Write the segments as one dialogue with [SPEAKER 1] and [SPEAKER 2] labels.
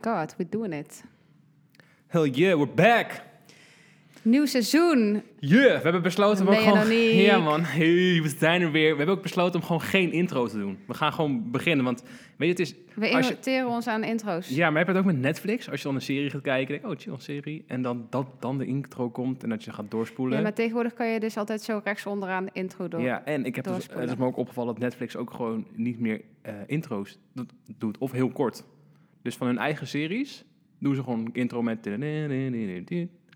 [SPEAKER 1] god, we're doing it.
[SPEAKER 2] Hell yeah, we're back!
[SPEAKER 1] Nieuw seizoen.
[SPEAKER 2] Yeah, we hebben besloten om
[SPEAKER 1] Ben je
[SPEAKER 2] gewoon...
[SPEAKER 1] dan niet?
[SPEAKER 2] Ja man, hey, we zijn er weer. We hebben ook besloten om gewoon geen intro te doen. We gaan gewoon beginnen, want weet je, het is...
[SPEAKER 1] We
[SPEAKER 2] als je-
[SPEAKER 1] inviteren ons aan intro's.
[SPEAKER 2] Ja, maar heb je het ook met Netflix? Als je dan een serie gaat kijken, denk je, oh chill, een serie. En dan, dat, dan de intro komt en dat je gaat doorspoelen.
[SPEAKER 1] Ja, maar tegenwoordig kan je dus altijd zo rechts onderaan de intro doen.
[SPEAKER 2] Ja, en ik heb dus,
[SPEAKER 1] doorspoelen.
[SPEAKER 2] het is me ook opgevallen dat Netflix ook gewoon niet meer eh, intro's do- doet. Of heel kort. Dus van hun eigen series doen ze gewoon een intro met...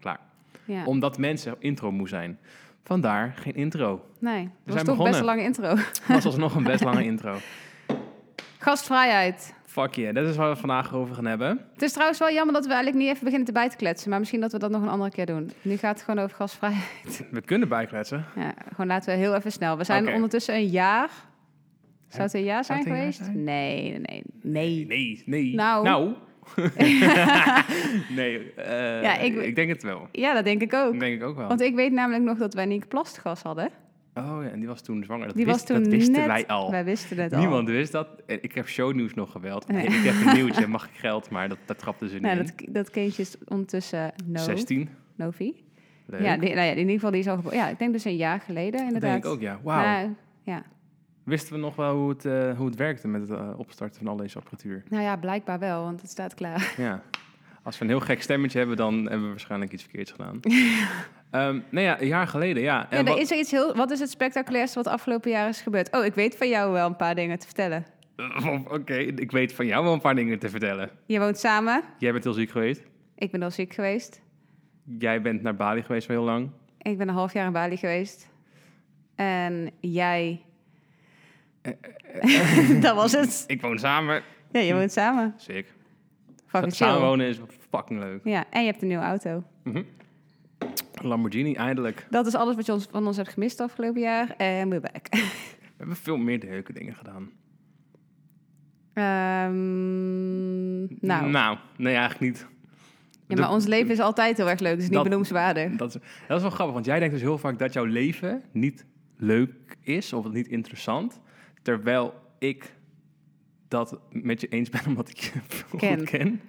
[SPEAKER 2] Klaar.
[SPEAKER 1] Ja.
[SPEAKER 2] Omdat mensen intro moe zijn. Vandaar geen intro.
[SPEAKER 1] Nee, dat was toch
[SPEAKER 2] zijn begonnen.
[SPEAKER 1] best een lange intro.
[SPEAKER 2] Het was alsnog een best lange intro.
[SPEAKER 1] Gastvrijheid.
[SPEAKER 2] Fuck yeah, dat is waar we het vandaag over gaan hebben.
[SPEAKER 1] Het is trouwens wel jammer dat we eigenlijk niet even beginnen te bij te kletsen. Maar misschien dat we dat nog een andere keer doen. Nu gaat het gewoon over gastvrijheid.
[SPEAKER 2] We kunnen bijkletsen.
[SPEAKER 1] Ja, gewoon laten we heel even snel. We zijn
[SPEAKER 2] Oké. ondertussen
[SPEAKER 1] ondertussen een jaar. Zou het een jaar
[SPEAKER 2] Zou
[SPEAKER 1] zijn
[SPEAKER 2] het een jaar
[SPEAKER 1] geweest?
[SPEAKER 2] geweest? zijn?
[SPEAKER 1] Nee, nee, nee.
[SPEAKER 2] Nee, nee.
[SPEAKER 1] Nou.
[SPEAKER 2] nee, eh,
[SPEAKER 1] Ja,
[SPEAKER 2] ik,
[SPEAKER 1] ik-
[SPEAKER 2] denk het wel.
[SPEAKER 1] Ja, dat denk ik ook.
[SPEAKER 2] Dat denk ik ook wel.
[SPEAKER 1] Want ik weet namelijk nog dat wij Nienke Plastgas hadden.
[SPEAKER 2] Oh ja, en die was toen zwanger. Dat,
[SPEAKER 1] Die
[SPEAKER 2] wist-
[SPEAKER 1] was toen
[SPEAKER 2] dat wisten
[SPEAKER 1] net...
[SPEAKER 2] wij al.
[SPEAKER 1] Wij wisten het al.
[SPEAKER 2] Niemand wist dat. Eh, Ik heb shownieuws nog gebeld. Nee, ik heb een nieuwtje, mag ik geld? Maar dat, dat trapte ze niet
[SPEAKER 1] Nou,
[SPEAKER 2] in.
[SPEAKER 1] dat, dat kindje is ondertussen no,
[SPEAKER 2] 16.
[SPEAKER 1] Novi.
[SPEAKER 2] Leuk.
[SPEAKER 1] Ja, die, nou ja, in ieder geval die is al geboren. Ja, ik denk dus een jaar geleden
[SPEAKER 2] dat
[SPEAKER 1] inderdaad.
[SPEAKER 2] denk ik ook, ja. Wauw.
[SPEAKER 1] Nou, ja.
[SPEAKER 2] Wisten we nog wel hoe het, eh, hoe het werkte met het eh, opstarten van al deze apparatuur?
[SPEAKER 1] nou ja, blijkbaar wel, want het staat klaar.
[SPEAKER 2] Ja. Als we een heel gek stemmetje hebben, dan hebben we waarschijnlijk iets verkeerds gedaan. Ehm nou ja, een jaar geleden, ja.
[SPEAKER 1] Ja, er
[SPEAKER 2] En wat-
[SPEAKER 1] is er iets heel... Wat is het spectaculairste wat afgelopen jaar is gebeurd? Oh, ik weet van jou wel een paar dingen te vertellen.
[SPEAKER 2] Oké, ik weet van jou wel een paar dingen te vertellen.
[SPEAKER 1] Je woont samen.
[SPEAKER 2] Jij bent heel ziek geweest.
[SPEAKER 1] Ik ben al ziek geweest.
[SPEAKER 2] Jij bent naar Bali geweest voor heel lang.
[SPEAKER 1] Ik ben een half jaar in Bali geweest. En jij...
[SPEAKER 2] Eh,
[SPEAKER 1] dat was het.
[SPEAKER 2] Ik woon samen.
[SPEAKER 1] Ja, je woont samen.
[SPEAKER 2] Sick.
[SPEAKER 1] Fucking chill.
[SPEAKER 2] Samen wonen is fucking leuk.
[SPEAKER 1] Ja, en je hebt een nieuwe auto.
[SPEAKER 2] Mhm. Lamborghini, eindelijk.
[SPEAKER 1] Dat is alles wat je ons, van ons hebt gemist afgelopen jaar. En we're back.
[SPEAKER 2] We hebben veel meer leuke dingen gedaan.
[SPEAKER 1] Ehm, nou,
[SPEAKER 2] Nou, nee, eigenlijk niet.
[SPEAKER 1] ja, maar ons leven is altijd heel erg leuk. Dus niet
[SPEAKER 2] Dat-
[SPEAKER 1] benoemswaardig.
[SPEAKER 2] Dat is, dat is wel grappig, want jij denkt dus heel vaak dat jouw leven niet leuk is of niet interessant. Terwijl ik dat met je eens ben, omdat ik je goed
[SPEAKER 1] Ken.
[SPEAKER 2] ken.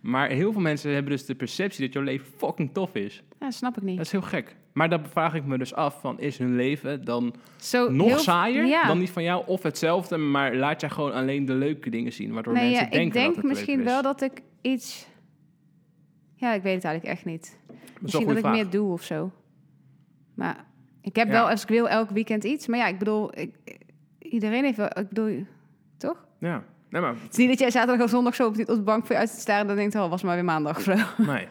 [SPEAKER 2] Maar heel veel mensen hebben dus de perceptie dat jouw leven fucking tof is.
[SPEAKER 1] Ja, snap ik niet.
[SPEAKER 2] Dat is heel gek. Maar dan vraag ik me dus af van, is hun leven dan
[SPEAKER 1] Zo
[SPEAKER 2] nog
[SPEAKER 1] Oh, heel-
[SPEAKER 2] saaier
[SPEAKER 1] ja.
[SPEAKER 2] dan die van jou? Of hetzelfde, maar laat jij gewoon alleen de leuke dingen zien, waardoor
[SPEAKER 1] nee,
[SPEAKER 2] mensen
[SPEAKER 1] ja,
[SPEAKER 2] denken
[SPEAKER 1] ik denk
[SPEAKER 2] dat het
[SPEAKER 1] misschien
[SPEAKER 2] leuk is.
[SPEAKER 1] wel dat ik iets... Ja, ik weet het eigenlijk echt niet.
[SPEAKER 2] Dat is wel
[SPEAKER 1] Misschien
[SPEAKER 2] een
[SPEAKER 1] dat ik
[SPEAKER 2] goede vraag.
[SPEAKER 1] meer doe of zo. Maar ik heb
[SPEAKER 2] Ja.
[SPEAKER 1] wel, als ik wil, elk weekend iets. Maar ja, ik bedoel, ik, iedereen heeft wel, ik bedoel, toch?
[SPEAKER 2] Ja, nee, maar
[SPEAKER 1] Het is niet dat jij zaterdag of zondag zo op, die- op de bank voor je uit te staren... en dan denkt, oh, was maar weer maandag of zo.
[SPEAKER 2] Nee.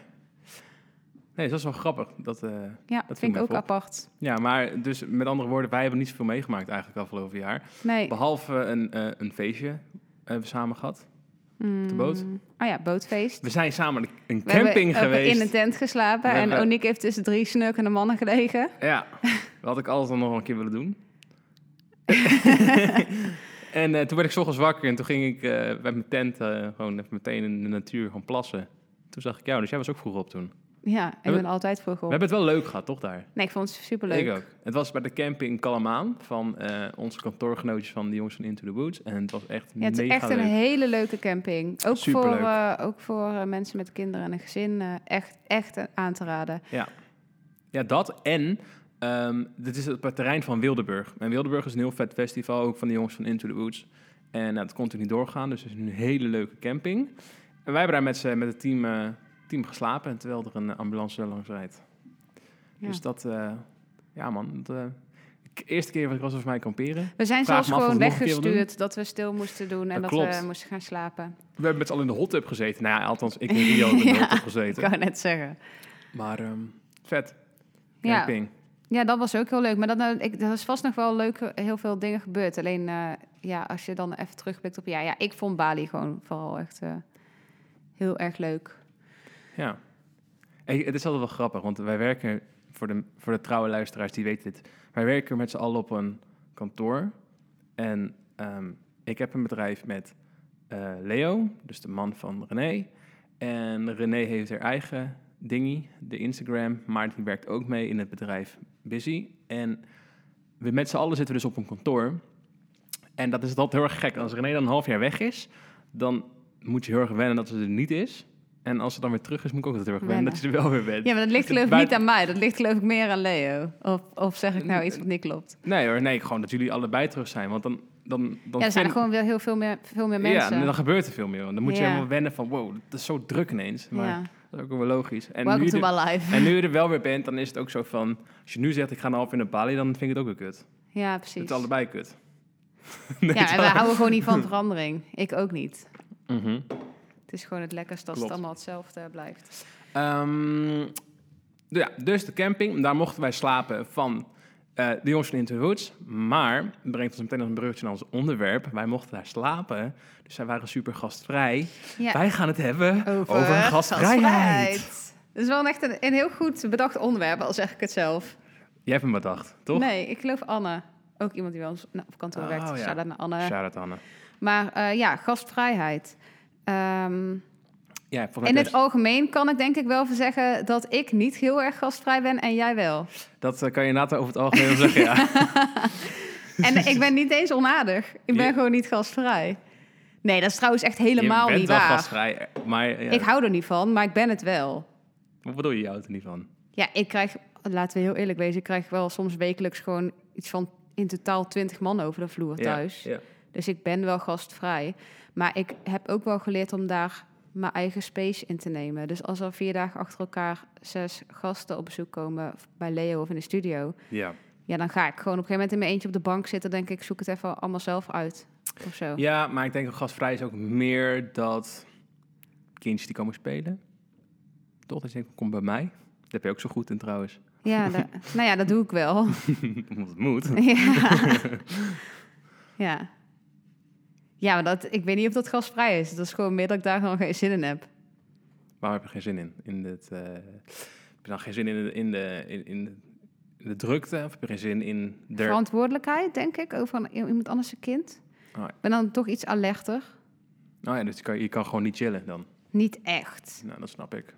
[SPEAKER 2] Nee, dus dat is wel grappig. Dat, eh,
[SPEAKER 1] Ja,
[SPEAKER 2] viel
[SPEAKER 1] dat vind
[SPEAKER 2] me
[SPEAKER 1] ik ook
[SPEAKER 2] even op.
[SPEAKER 1] apart.
[SPEAKER 2] ja, maar dus met andere woorden, wij hebben niet zoveel meegemaakt eigenlijk afgelopen jaar.
[SPEAKER 1] Nee.
[SPEAKER 2] Behalve een, eh, een feestje hebben we samen gehad. Op de boot.
[SPEAKER 1] Oh ja, bootfeest.
[SPEAKER 2] We zijn samen een- een
[SPEAKER 1] We hebben
[SPEAKER 2] camping
[SPEAKER 1] op-
[SPEAKER 2] geweest.
[SPEAKER 1] in een tent geslapen.
[SPEAKER 2] We
[SPEAKER 1] en
[SPEAKER 2] hebben-
[SPEAKER 1] Oniek heeft tussen drie snurkende mannen gelegen.
[SPEAKER 2] Ja, dat had ik altijd nog wel een keer willen doen. en eh, toen werd ik 's ochtends wakker en toen ging ik eh, met mijn tent eh, gewoon even meteen in de natuur gewoon plassen. Toen zag ik jou, dus jij was ook vroeg op toen.
[SPEAKER 1] Ja, ik
[SPEAKER 2] hebben-
[SPEAKER 1] ben altijd vroeg
[SPEAKER 2] We
[SPEAKER 1] op.
[SPEAKER 2] hebben het wel leuk gehad, toch daar?
[SPEAKER 1] Nee, ik vond het superleuk.
[SPEAKER 2] Ik ook. Het was bij de camping in Calamaan van eh, onze kantoorgenootjes van de jongens van Into the Woods. En het was echt
[SPEAKER 1] Ja, het is
[SPEAKER 2] mega
[SPEAKER 1] echt een
[SPEAKER 2] leuk.
[SPEAKER 1] hele leuke camping. Ook voor,
[SPEAKER 2] Superleuk.
[SPEAKER 1] eh, ook voor eh, mensen met kinderen en een gezin. eh, echt, echt eh, aan te raden.
[SPEAKER 2] Ja, dat en ehm, dit is op het terrein van Wildeburg. En Wildeburg is een heel vet festival, ook van de jongens van Into the Woods. En nou, dat kon toen niet doorgaan, dus het is een hele leuke camping. En wij hebben daar met, z'n- met het team, eh, team geslapen, terwijl er een ambulance langs rijdt.
[SPEAKER 1] Ja.
[SPEAKER 2] Dus dat, eh, ja man, dat, eh, de eerste keer was ik was volgens mij kamperen.
[SPEAKER 1] We zijn
[SPEAKER 2] Vraag
[SPEAKER 1] zelfs
[SPEAKER 2] me af of
[SPEAKER 1] gewoon
[SPEAKER 2] we het nog een keer willen
[SPEAKER 1] weggestuurd dat we stil moesten doen en dat,
[SPEAKER 2] Dat klopt.
[SPEAKER 1] we moesten gaan slapen.
[SPEAKER 2] We hebben met z'n allen in de hot tub gezeten. Nou ja, althans, ik in Rio heb in de
[SPEAKER 1] Ja.
[SPEAKER 2] hot tub
[SPEAKER 1] Ik
[SPEAKER 2] gezeten.
[SPEAKER 1] wou net zeggen.
[SPEAKER 2] Maar ehm, vet.
[SPEAKER 1] Ja,
[SPEAKER 2] Camping.
[SPEAKER 1] ja, dat was ook heel leuk. Maar dat, nou, ik, dat is vast nog wel leuk, heel veel dingen gebeurd. Alleen eh, ja, als je dan even terugblikt op ja, ja, ik vond Bali gewoon vooral echt eh, heel erg leuk.
[SPEAKER 2] Ja. En het is altijd wel grappig, want wij werken, voor de, voor de trouwe luisteraars die weten dit, wij werken met z'n allen op een kantoor. En ehm, ik heb een bedrijf met eh, Leo, dus de man van René. En René heeft haar eigen dingie, de Instagram, maar die werkt ook mee in het bedrijf Busy. En we met z'n allen zitten dus op een kantoor. En dat is altijd heel erg gek. Als René dan een half jaar weg is, dan moet je heel erg wennen dat ze er niet is. En als ze dan weer terug is, moet ik ook altijd heel erg wennen,
[SPEAKER 1] Wennen.
[SPEAKER 2] dat je er wel weer bent.
[SPEAKER 1] Ja, maar dat ligt geloof ik
[SPEAKER 2] Waar-
[SPEAKER 1] niet aan mij. Dat ligt geloof ik meer aan Leo. Of, of zeg ik nou iets wat niet klopt.
[SPEAKER 2] Nee hoor, nee, gewoon dat jullie allebei terug zijn. Want dan... dan, dan
[SPEAKER 1] Ja, er zijn
[SPEAKER 2] vind-
[SPEAKER 1] er gewoon weer heel veel meer, veel meer mensen.
[SPEAKER 2] Ja, dan gebeurt er veel meer. want Dan moet je
[SPEAKER 1] Ja.
[SPEAKER 2] helemaal wennen van, wow, dat is zo druk ineens. Maar
[SPEAKER 1] Ja.
[SPEAKER 2] dat is ook wel logisch. En nu,
[SPEAKER 1] Welcome
[SPEAKER 2] je
[SPEAKER 1] to
[SPEAKER 2] er,
[SPEAKER 1] my life.
[SPEAKER 2] en nu je er wel weer bent, dan is het ook zo van... Als je nu zegt, ik ga een half in naar Bali, dan vind ik het ook weer kut.
[SPEAKER 1] Ja, precies.
[SPEAKER 2] Het is allebei kut. Nee,
[SPEAKER 1] ja,
[SPEAKER 2] het
[SPEAKER 1] en
[SPEAKER 2] is
[SPEAKER 1] we
[SPEAKER 2] alle-
[SPEAKER 1] houden gewoon niet van verandering. Ik ook niet.
[SPEAKER 2] Mhm.
[SPEAKER 1] Het is gewoon het lekkerst als
[SPEAKER 2] Klopt.
[SPEAKER 1] het allemaal hetzelfde blijft.
[SPEAKER 2] Ehm, ja, dus de camping, daar mochten wij slapen van eh, de jongens van Into the Woods. Maar, dat brengt ons meteen als een bruggetje naar ons onderwerp. Wij mochten daar slapen, dus zij waren super gastvrij.
[SPEAKER 1] Ja.
[SPEAKER 2] Wij gaan het hebben over, gastvrijheid.
[SPEAKER 1] Dat is wel een echt een, een heel goed bedacht onderwerp, al zeg ik het zelf.
[SPEAKER 2] Jij hebt hem bedacht, toch?
[SPEAKER 1] Nee, ik geloof Anne. Ook iemand die bij ons nou, op kantoor
[SPEAKER 2] Oh,
[SPEAKER 1] werkt.
[SPEAKER 2] ja.
[SPEAKER 1] Shout-out naar Anne.
[SPEAKER 2] Shout-out Anne.
[SPEAKER 1] Maar eh, ja, gastvrijheid. Ehm,
[SPEAKER 2] Ja, volgens mij
[SPEAKER 1] in
[SPEAKER 2] heb
[SPEAKER 1] het algemeen kan ik denk ik wel zeggen dat ik niet heel erg gastvrij ben en jij wel.
[SPEAKER 2] je- dat eh, kan je later over het algemeen wel zeggen, ja.
[SPEAKER 1] En ik ben niet eens onaardig. Ik ben
[SPEAKER 2] Je-
[SPEAKER 1] gewoon niet gastvrij. Nee, dat is trouwens echt
[SPEAKER 2] je
[SPEAKER 1] helemaal
[SPEAKER 2] bent
[SPEAKER 1] niet
[SPEAKER 2] wel
[SPEAKER 1] waar.
[SPEAKER 2] gastvrij, eh, maar ja,
[SPEAKER 1] Ik hou er niet van, maar ik ben het wel.
[SPEAKER 2] wat bedoel je, je houdt er niet van?
[SPEAKER 1] Ja, ik krijg, laten we heel eerlijk wezen, ik krijg wel soms wekelijks gewoon iets van in totaal 20 man over de vloer
[SPEAKER 2] Ja,
[SPEAKER 1] thuis.
[SPEAKER 2] ja.
[SPEAKER 1] Dus ik ben wel gastvrij. Maar ik heb ook wel geleerd om daar mijn eigen space in te nemen. Dus als er vier dagen achter elkaar zes gasten op bezoek komen bij Leo of in de studio,
[SPEAKER 2] ja.
[SPEAKER 1] ja, dan ga ik gewoon op een gegeven moment in mijn eentje op de bank zitten. Denk ik, zoek het even allemaal zelf uit of zo.
[SPEAKER 2] Ja, maar ik denk dat gastvrij is ook meer dat kindjes die komen spelen. Toch? Dat je denkt, kom bij mij. Dat heb je ook zo goed in trouwens.
[SPEAKER 1] Ja, da- nou ja, dat doe ik wel.
[SPEAKER 2] Omdat het moet.
[SPEAKER 1] ja. ja. Ja, maar dat, ik weet niet of dat gasvrij is. Dat is gewoon meer dat ik daar gewoon geen zin in heb.
[SPEAKER 2] Waarom heb je geen zin in? in dit, eh, heb je dan geen zin in de, in, de, in, in de, in de drukte? Of heb je geen zin in de...
[SPEAKER 1] Verantwoordelijkheid, denk ik, over een, iemand anders een kind.
[SPEAKER 2] Ah.
[SPEAKER 1] Ik ben dan toch iets alerter.
[SPEAKER 2] Nou ja, dus je kan, je kan gewoon niet chillen dan.
[SPEAKER 1] Niet echt,
[SPEAKER 2] Nou, dat snap ik.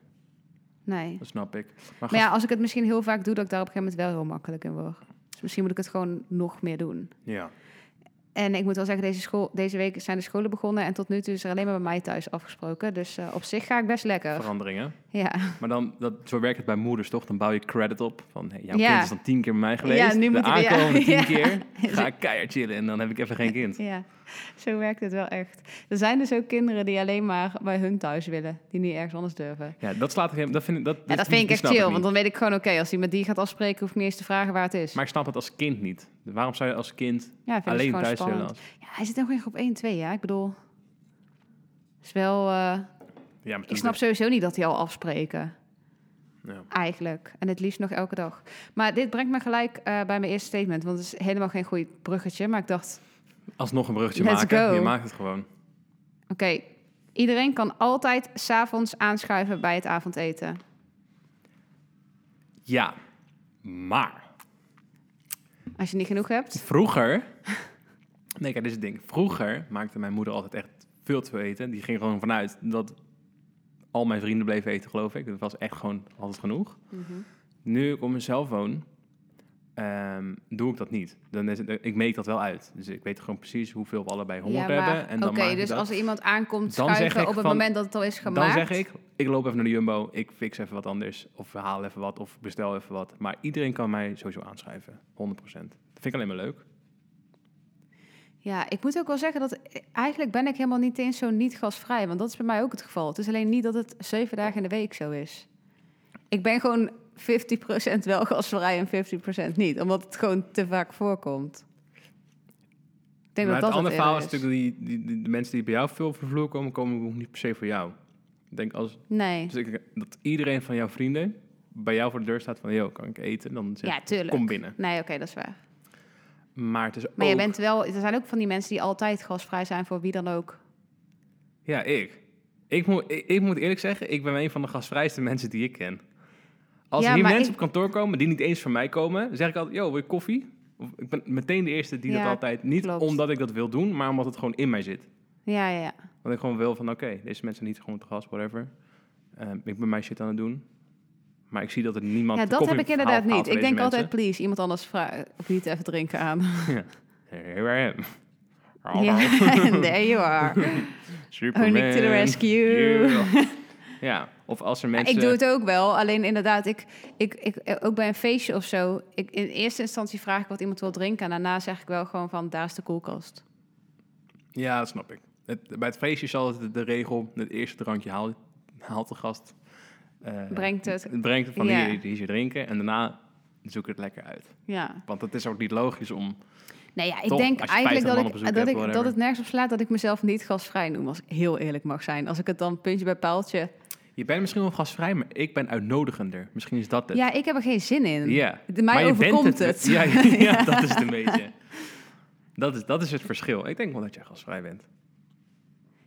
[SPEAKER 1] nee.
[SPEAKER 2] Dat snap ik. Maar,
[SPEAKER 1] Maar ja, als ik het misschien heel vaak doe, dat ik daar op een gegeven moment wel heel makkelijk in word. Dus misschien moet ik het gewoon nog meer doen.
[SPEAKER 2] gast- ja.
[SPEAKER 1] En ik moet wel zeggen, deze, school, deze week zijn de scholen begonnen... en tot nu toe is er alleen maar bij mij thuis afgesproken. Dus eh, op zich ga ik best lekker.
[SPEAKER 2] veranderingen.
[SPEAKER 1] Ja.
[SPEAKER 2] Maar dan, dat, zo werkt het bij moeders toch? Dan bouw je credit op. Van, hey, jouw
[SPEAKER 1] Ja.
[SPEAKER 2] kind is dan tien keer bij mij geweest.
[SPEAKER 1] Ja, nu
[SPEAKER 2] de
[SPEAKER 1] moet hij- ja.
[SPEAKER 2] aankomende tien
[SPEAKER 1] Ja.
[SPEAKER 2] keer ga ik keihard chillen en dan heb ik even geen kind.
[SPEAKER 1] Ja, zo werkt het wel echt. Er zijn dus ook kinderen die alleen maar bij hun thuis willen, die niet ergens anders durven.
[SPEAKER 2] Ja, dat slaat ik hem. Dat vind ik, dat,
[SPEAKER 1] Ja, dat
[SPEAKER 2] die-
[SPEAKER 1] vind ik
[SPEAKER 2] die
[SPEAKER 1] echt
[SPEAKER 2] snap
[SPEAKER 1] chill,
[SPEAKER 2] niet.
[SPEAKER 1] want dan weet ik gewoon, oké, als hij met die gaat afspreken, hoef ik niet eens te vragen waar het is.
[SPEAKER 2] Maar ik snap het als kind niet. Waarom zou je als kind
[SPEAKER 1] ja, vind ik
[SPEAKER 2] alleen
[SPEAKER 1] gewoon
[SPEAKER 2] thuis willen?
[SPEAKER 1] spannend.
[SPEAKER 2] Als...
[SPEAKER 1] Ja, hij zit nog in groep 1, 2, ja. Ik bedoel, is wel, eh,
[SPEAKER 2] Ja, maar
[SPEAKER 1] ik snap sowieso niet dat die al afspreken,
[SPEAKER 2] Ja.
[SPEAKER 1] eigenlijk. En het liefst nog elke dag. Maar dit brengt me gelijk eh, bij mijn eerste statement, want het is helemaal geen goed bruggetje. Maar ik dacht,
[SPEAKER 2] Alsnog een bruggetje
[SPEAKER 1] Let's
[SPEAKER 2] maken.
[SPEAKER 1] go.
[SPEAKER 2] Je maakt het gewoon.
[SPEAKER 1] oké, iedereen kan altijd s'avonds aanschuiven bij het avondeten.
[SPEAKER 2] Ja, maar
[SPEAKER 1] Als je niet genoeg hebt.
[SPEAKER 2] vroeger. Nee, kijk, dit is het ding. Vroeger maakte mijn moeder altijd echt veel te veel eten. Die ging gewoon vanuit dat al mijn vrienden bleven eten, geloof ik. Dat was echt gewoon altijd genoeg.
[SPEAKER 1] Mhm.
[SPEAKER 2] Nu ik op mezelf woon, ehm, doe ik dat niet. Dan is het, ik meet dat wel uit. Dus ik weet gewoon precies hoeveel we allebei honger
[SPEAKER 1] maar-
[SPEAKER 2] hebben. En dan
[SPEAKER 1] Oké,
[SPEAKER 2] maak ik
[SPEAKER 1] dus
[SPEAKER 2] dat.
[SPEAKER 1] als er iemand aankomt
[SPEAKER 2] Dan zeg
[SPEAKER 1] schuiven
[SPEAKER 2] ik
[SPEAKER 1] op het
[SPEAKER 2] van-
[SPEAKER 1] moment dat het al is
[SPEAKER 2] Dan
[SPEAKER 1] gemaakt.
[SPEAKER 2] zeg ik, ik loop even naar de Jumbo, ik fix even wat anders. Of we halen even wat, of bestel even wat. Maar iedereen kan mij sowieso aanschrijven, 100%. Dat vind ik alleen maar leuk.
[SPEAKER 1] Ja, ik moet ook wel zeggen dat eigenlijk ben ik helemaal niet eens zo niet gasvrij. Want dat is bij mij ook het geval. Het is alleen niet dat het zeven dagen in de week zo is. Ik ben gewoon 50% wel gasvrij en 50% niet. Omdat het gewoon te vaak voorkomt. Ik denk
[SPEAKER 2] maar
[SPEAKER 1] dat dat
[SPEAKER 2] het andere
[SPEAKER 1] het
[SPEAKER 2] verhaal
[SPEAKER 1] eerder
[SPEAKER 2] is natuurlijk die, die, die- de mensen die bij jou veel over de vloer komen, komen ook niet per se voor jou. Ik denk als,
[SPEAKER 1] Nee.
[SPEAKER 2] als ik, dat iedereen van jouw vrienden bij jou voor de deur staat van, yo, kan ik eten? Dan zeg
[SPEAKER 1] Ja,
[SPEAKER 2] ik,
[SPEAKER 1] tuurlijk.
[SPEAKER 2] Dus- kom Oh. binnen.
[SPEAKER 1] Nee, oké, dat is waar.
[SPEAKER 2] Maar het is
[SPEAKER 1] Maar
[SPEAKER 2] ook...
[SPEAKER 1] je bent wel... Er zijn ook van die mensen die altijd gasvrij zijn voor wie dan ook.
[SPEAKER 2] Ja, ik. Ik moet, ik, ik moet eerlijk zeggen, ik ben een van de gastvrijste mensen die ik ken. Als
[SPEAKER 1] Ja,
[SPEAKER 2] hier
[SPEAKER 1] maar
[SPEAKER 2] mensen
[SPEAKER 1] ik-
[SPEAKER 2] op kantoor komen die niet eens van mij komen, dan zeg ik altijd, yo, wil je koffie? Of, ik ben meteen de eerste die
[SPEAKER 1] Ja,
[SPEAKER 2] dat altijd, niet
[SPEAKER 1] klopt.
[SPEAKER 2] omdat ik dat wil doen, maar omdat het gewoon in mij zit.
[SPEAKER 1] Ja, ja, ja.
[SPEAKER 2] Want ik gewoon wil van, oké, deze mensen zijn niet gewoon te gast, whatever. Ehm, ik ben mijn shit aan het doen. Maar ik zie dat er niemand
[SPEAKER 1] Ja,
[SPEAKER 2] de
[SPEAKER 1] dat
[SPEAKER 2] koffie
[SPEAKER 1] heb ik
[SPEAKER 2] haalt-
[SPEAKER 1] inderdaad
[SPEAKER 2] haalt
[SPEAKER 1] niet.
[SPEAKER 2] voor
[SPEAKER 1] Ik
[SPEAKER 2] deze
[SPEAKER 1] denk altijd,
[SPEAKER 2] mensen. Oh,
[SPEAKER 1] please, iemand anders vraag, bied even drinken aan.
[SPEAKER 2] Here I am.
[SPEAKER 1] Ja, and there you are.
[SPEAKER 2] Superman.
[SPEAKER 1] Only to the rescue.
[SPEAKER 2] Yeah. ja, of als er mensen...
[SPEAKER 1] Ik doe het ook wel, alleen inderdaad, ik, ik, ik, eh, ook bij een feestje of zo. Ik, in eerste instantie vraag ik wat iemand wil drinken. En daarna zeg ik wel gewoon van, daar is de koelkast.
[SPEAKER 2] Ja, dat snap ik. Het, bij het feestje is altijd de, de regel, het eerste drankje haalt, haalt de gast. eh,
[SPEAKER 1] Brengt het.
[SPEAKER 2] Brengt het van
[SPEAKER 1] Ja.
[SPEAKER 2] hier, hier is je drinken. En daarna zoek het lekker uit.
[SPEAKER 1] Ja.
[SPEAKER 2] Want het is ook niet logisch om...
[SPEAKER 1] Nee, ja, ik
[SPEAKER 2] Toch,
[SPEAKER 1] denk
[SPEAKER 2] als je
[SPEAKER 1] eigenlijk
[SPEAKER 2] 50
[SPEAKER 1] dat
[SPEAKER 2] man op bezoek
[SPEAKER 1] ik, dat,
[SPEAKER 2] hebt,
[SPEAKER 1] ik, dat
[SPEAKER 2] whatever.
[SPEAKER 1] het nergens op slaat dat ik mezelf niet gasvrij noem. Als ik heel eerlijk mag zijn. Als ik het dan puntje bij paaltje...
[SPEAKER 2] Je bent misschien wel gastvrij, maar ik ben uitnodigender. Misschien is dat het.
[SPEAKER 1] Ja, ik heb er geen zin in.
[SPEAKER 2] Ja.
[SPEAKER 1] De- Mij
[SPEAKER 2] Maar je bent
[SPEAKER 1] overkomt het.
[SPEAKER 2] Ja, ja, ja, dat is het een beetje. Dat is, dat is het verschil. Ik denk wel dat jij gastvrij bent.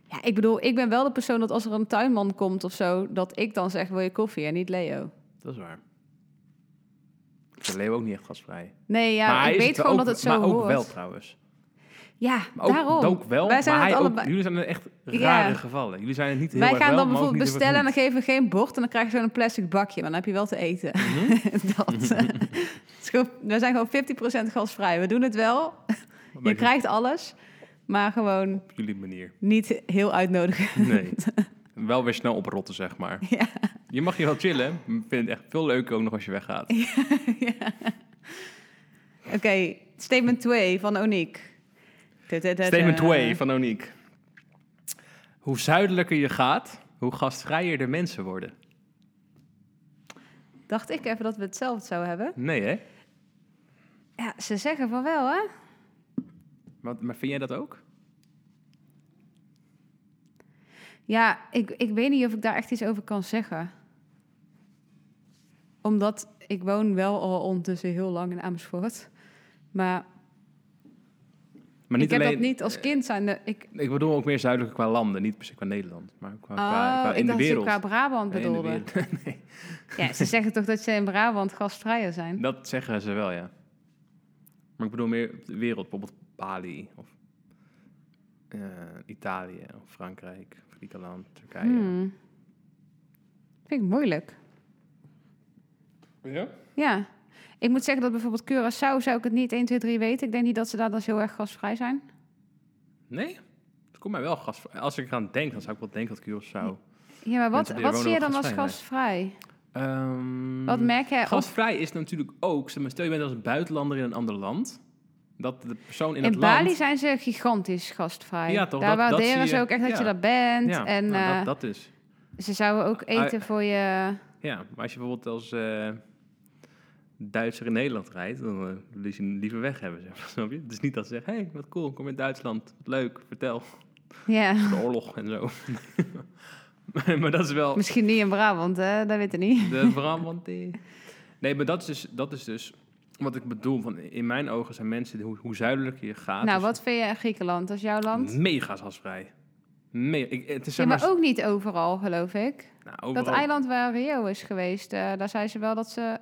[SPEAKER 1] Ja, ik bedoel, ik ben wel de persoon dat als er een tuinman komt of zo... dat ik dan zeg, wil je koffie en niet Leo.
[SPEAKER 2] Dat is waar. Ik vind Leo ook niet echt gastvrij.
[SPEAKER 1] Nee, ja,
[SPEAKER 2] maar hij
[SPEAKER 1] ik
[SPEAKER 2] is
[SPEAKER 1] weet
[SPEAKER 2] wel
[SPEAKER 1] gewoon
[SPEAKER 2] ook-
[SPEAKER 1] dat het zo
[SPEAKER 2] Maar ook
[SPEAKER 1] hoort.
[SPEAKER 2] wel trouwens.
[SPEAKER 1] Ja,
[SPEAKER 2] Maar ook,
[SPEAKER 1] daarom.
[SPEAKER 2] ook wel,
[SPEAKER 1] Wij zijn
[SPEAKER 2] maar
[SPEAKER 1] het
[SPEAKER 2] hij ook-
[SPEAKER 1] allebei.
[SPEAKER 2] jullie zijn er echt
[SPEAKER 1] Ja.
[SPEAKER 2] rare gevallen. Jullie zijn er niet heel
[SPEAKER 1] Wij
[SPEAKER 2] erg
[SPEAKER 1] gaan
[SPEAKER 2] wel,
[SPEAKER 1] dan
[SPEAKER 2] maar ook
[SPEAKER 1] bijvoorbeeld
[SPEAKER 2] niet heel erg
[SPEAKER 1] bestellen en dan geven we geen bord en dan krijg je zo'n plastic bakje, maar dan heb je wel te eten.
[SPEAKER 2] Mhm.
[SPEAKER 1] dat. Het is gewoon- we zijn gewoon 50% gasvrij. We doen het wel.
[SPEAKER 2] niet.
[SPEAKER 1] Je
[SPEAKER 2] Maar
[SPEAKER 1] krijgt alles, maar gewoon
[SPEAKER 2] Op jullie manier.
[SPEAKER 1] niet heel uitnodigen.
[SPEAKER 2] Nee. wel weer snel oprotten, zeg maar.
[SPEAKER 1] Ja.
[SPEAKER 2] Je mag je wel chillen. Ik vind het echt veel leuker ook nog als je weggaat.
[SPEAKER 1] Oké, statement 2 van Oniek.
[SPEAKER 2] Statement 2 van Oniek. Hoe zuidelijker je gaat, hoe gastvrijer de mensen worden.
[SPEAKER 1] Dacht ik even dat we hetzelfde zouden hebben.
[SPEAKER 2] Nee, hè?
[SPEAKER 1] Ja, ze zeggen van wel, hè?
[SPEAKER 2] Maar, maar vind jij dat ook?
[SPEAKER 1] Ja, ik, ik weet niet of ik daar echt iets over kan zeggen. Omdat ik woon wel al ondertussen heel lang in Amersfoort. Maar,
[SPEAKER 2] Maar niet
[SPEAKER 1] ik heb
[SPEAKER 2] alleen. Oh,
[SPEAKER 1] dat niet als kind zijnde. Ik,
[SPEAKER 2] Ik bedoel ook meer zuidelijker qua landen, niet per se qua Nederland, maar qua, qua,
[SPEAKER 1] oh,
[SPEAKER 2] qua
[SPEAKER 1] ik
[SPEAKER 2] in, de
[SPEAKER 1] dacht dat je
[SPEAKER 2] wereld.
[SPEAKER 1] qua Brabant
[SPEAKER 2] Nee, in de
[SPEAKER 1] bedoelde.
[SPEAKER 2] wereld. nee.
[SPEAKER 1] Ja, ze zeggen toch dat ze in Brabant gastvrijer zijn?
[SPEAKER 2] Dat zeggen ze wel, ja. Maar ik bedoel meer op de wereld, bijvoorbeeld Bali of eh, Italië of Frankrijk, Griekenland, Turkije.
[SPEAKER 1] Hmm. Vind ik moeilijk.
[SPEAKER 2] Ja?
[SPEAKER 1] Ja. Ik moet zeggen dat bijvoorbeeld Curaçao zou ik het niet 1, 2, 3 weten. Ik denk niet dat ze daar dan heel erg gasvrij zijn.
[SPEAKER 2] Nee? Het komt mij wel gas. Als ik eraan denk, dan zou ik wel denken dat Curaçao.
[SPEAKER 1] Ja, maar wat,
[SPEAKER 2] Mensen die er
[SPEAKER 1] wat zie
[SPEAKER 2] wonen
[SPEAKER 1] je
[SPEAKER 2] wel
[SPEAKER 1] dan als
[SPEAKER 2] gastvrij
[SPEAKER 1] gastvrij?
[SPEAKER 2] Ehm,
[SPEAKER 1] Wat merk jij? op?
[SPEAKER 2] Gastvrij is natuurlijk ook, zeg maar, stel je bent als een buitenlander in een ander land, dat de persoon in,
[SPEAKER 1] In,
[SPEAKER 2] het
[SPEAKER 1] Bali
[SPEAKER 2] land...
[SPEAKER 1] zijn ze gigantisch gastvrij.
[SPEAKER 2] Ja, toch?
[SPEAKER 1] Daar
[SPEAKER 2] Dat- dat
[SPEAKER 1] waarderen
[SPEAKER 2] zie
[SPEAKER 1] ze
[SPEAKER 2] je.
[SPEAKER 1] ook echt dat
[SPEAKER 2] Ja.
[SPEAKER 1] je daar bent.
[SPEAKER 2] Ja,
[SPEAKER 1] en
[SPEAKER 2] nou,
[SPEAKER 1] eh,
[SPEAKER 2] dat, dat is.
[SPEAKER 1] ze zouden ook
[SPEAKER 2] Ah,
[SPEAKER 1] eten voor je...
[SPEAKER 2] Ja, maar als je bijvoorbeeld als eh, Duitser in Nederland rijdt, dan eh, wil je hem liever weg hebben, zeg maar, snap je? Het is niet dat ze zeggen, hey, wat cool, kom in Duitsland, wat leuk, vertel,
[SPEAKER 1] Ja,
[SPEAKER 2] de oorlog en zo. maar, maar dat is wel
[SPEAKER 1] misschien niet in Brabant, hè? dat weet ik niet.
[SPEAKER 2] de verantwoording. Nee, maar dat is, dus, dat is dus wat ik bedoel, van in mijn ogen zijn mensen, hoe, hoe zuidelijker je gaat, dus
[SPEAKER 1] nou,
[SPEAKER 2] is
[SPEAKER 1] wat vind je Griekenland? Dat is jouw land?
[SPEAKER 2] mega gasvrij. Me- ik, het is
[SPEAKER 1] Ja,
[SPEAKER 2] zeg maar,
[SPEAKER 1] maar ook niet overal, geloof ik.
[SPEAKER 2] nou, overal-
[SPEAKER 1] Dat eiland waar Rio is geweest, eh, daar zei ze wel dat ze...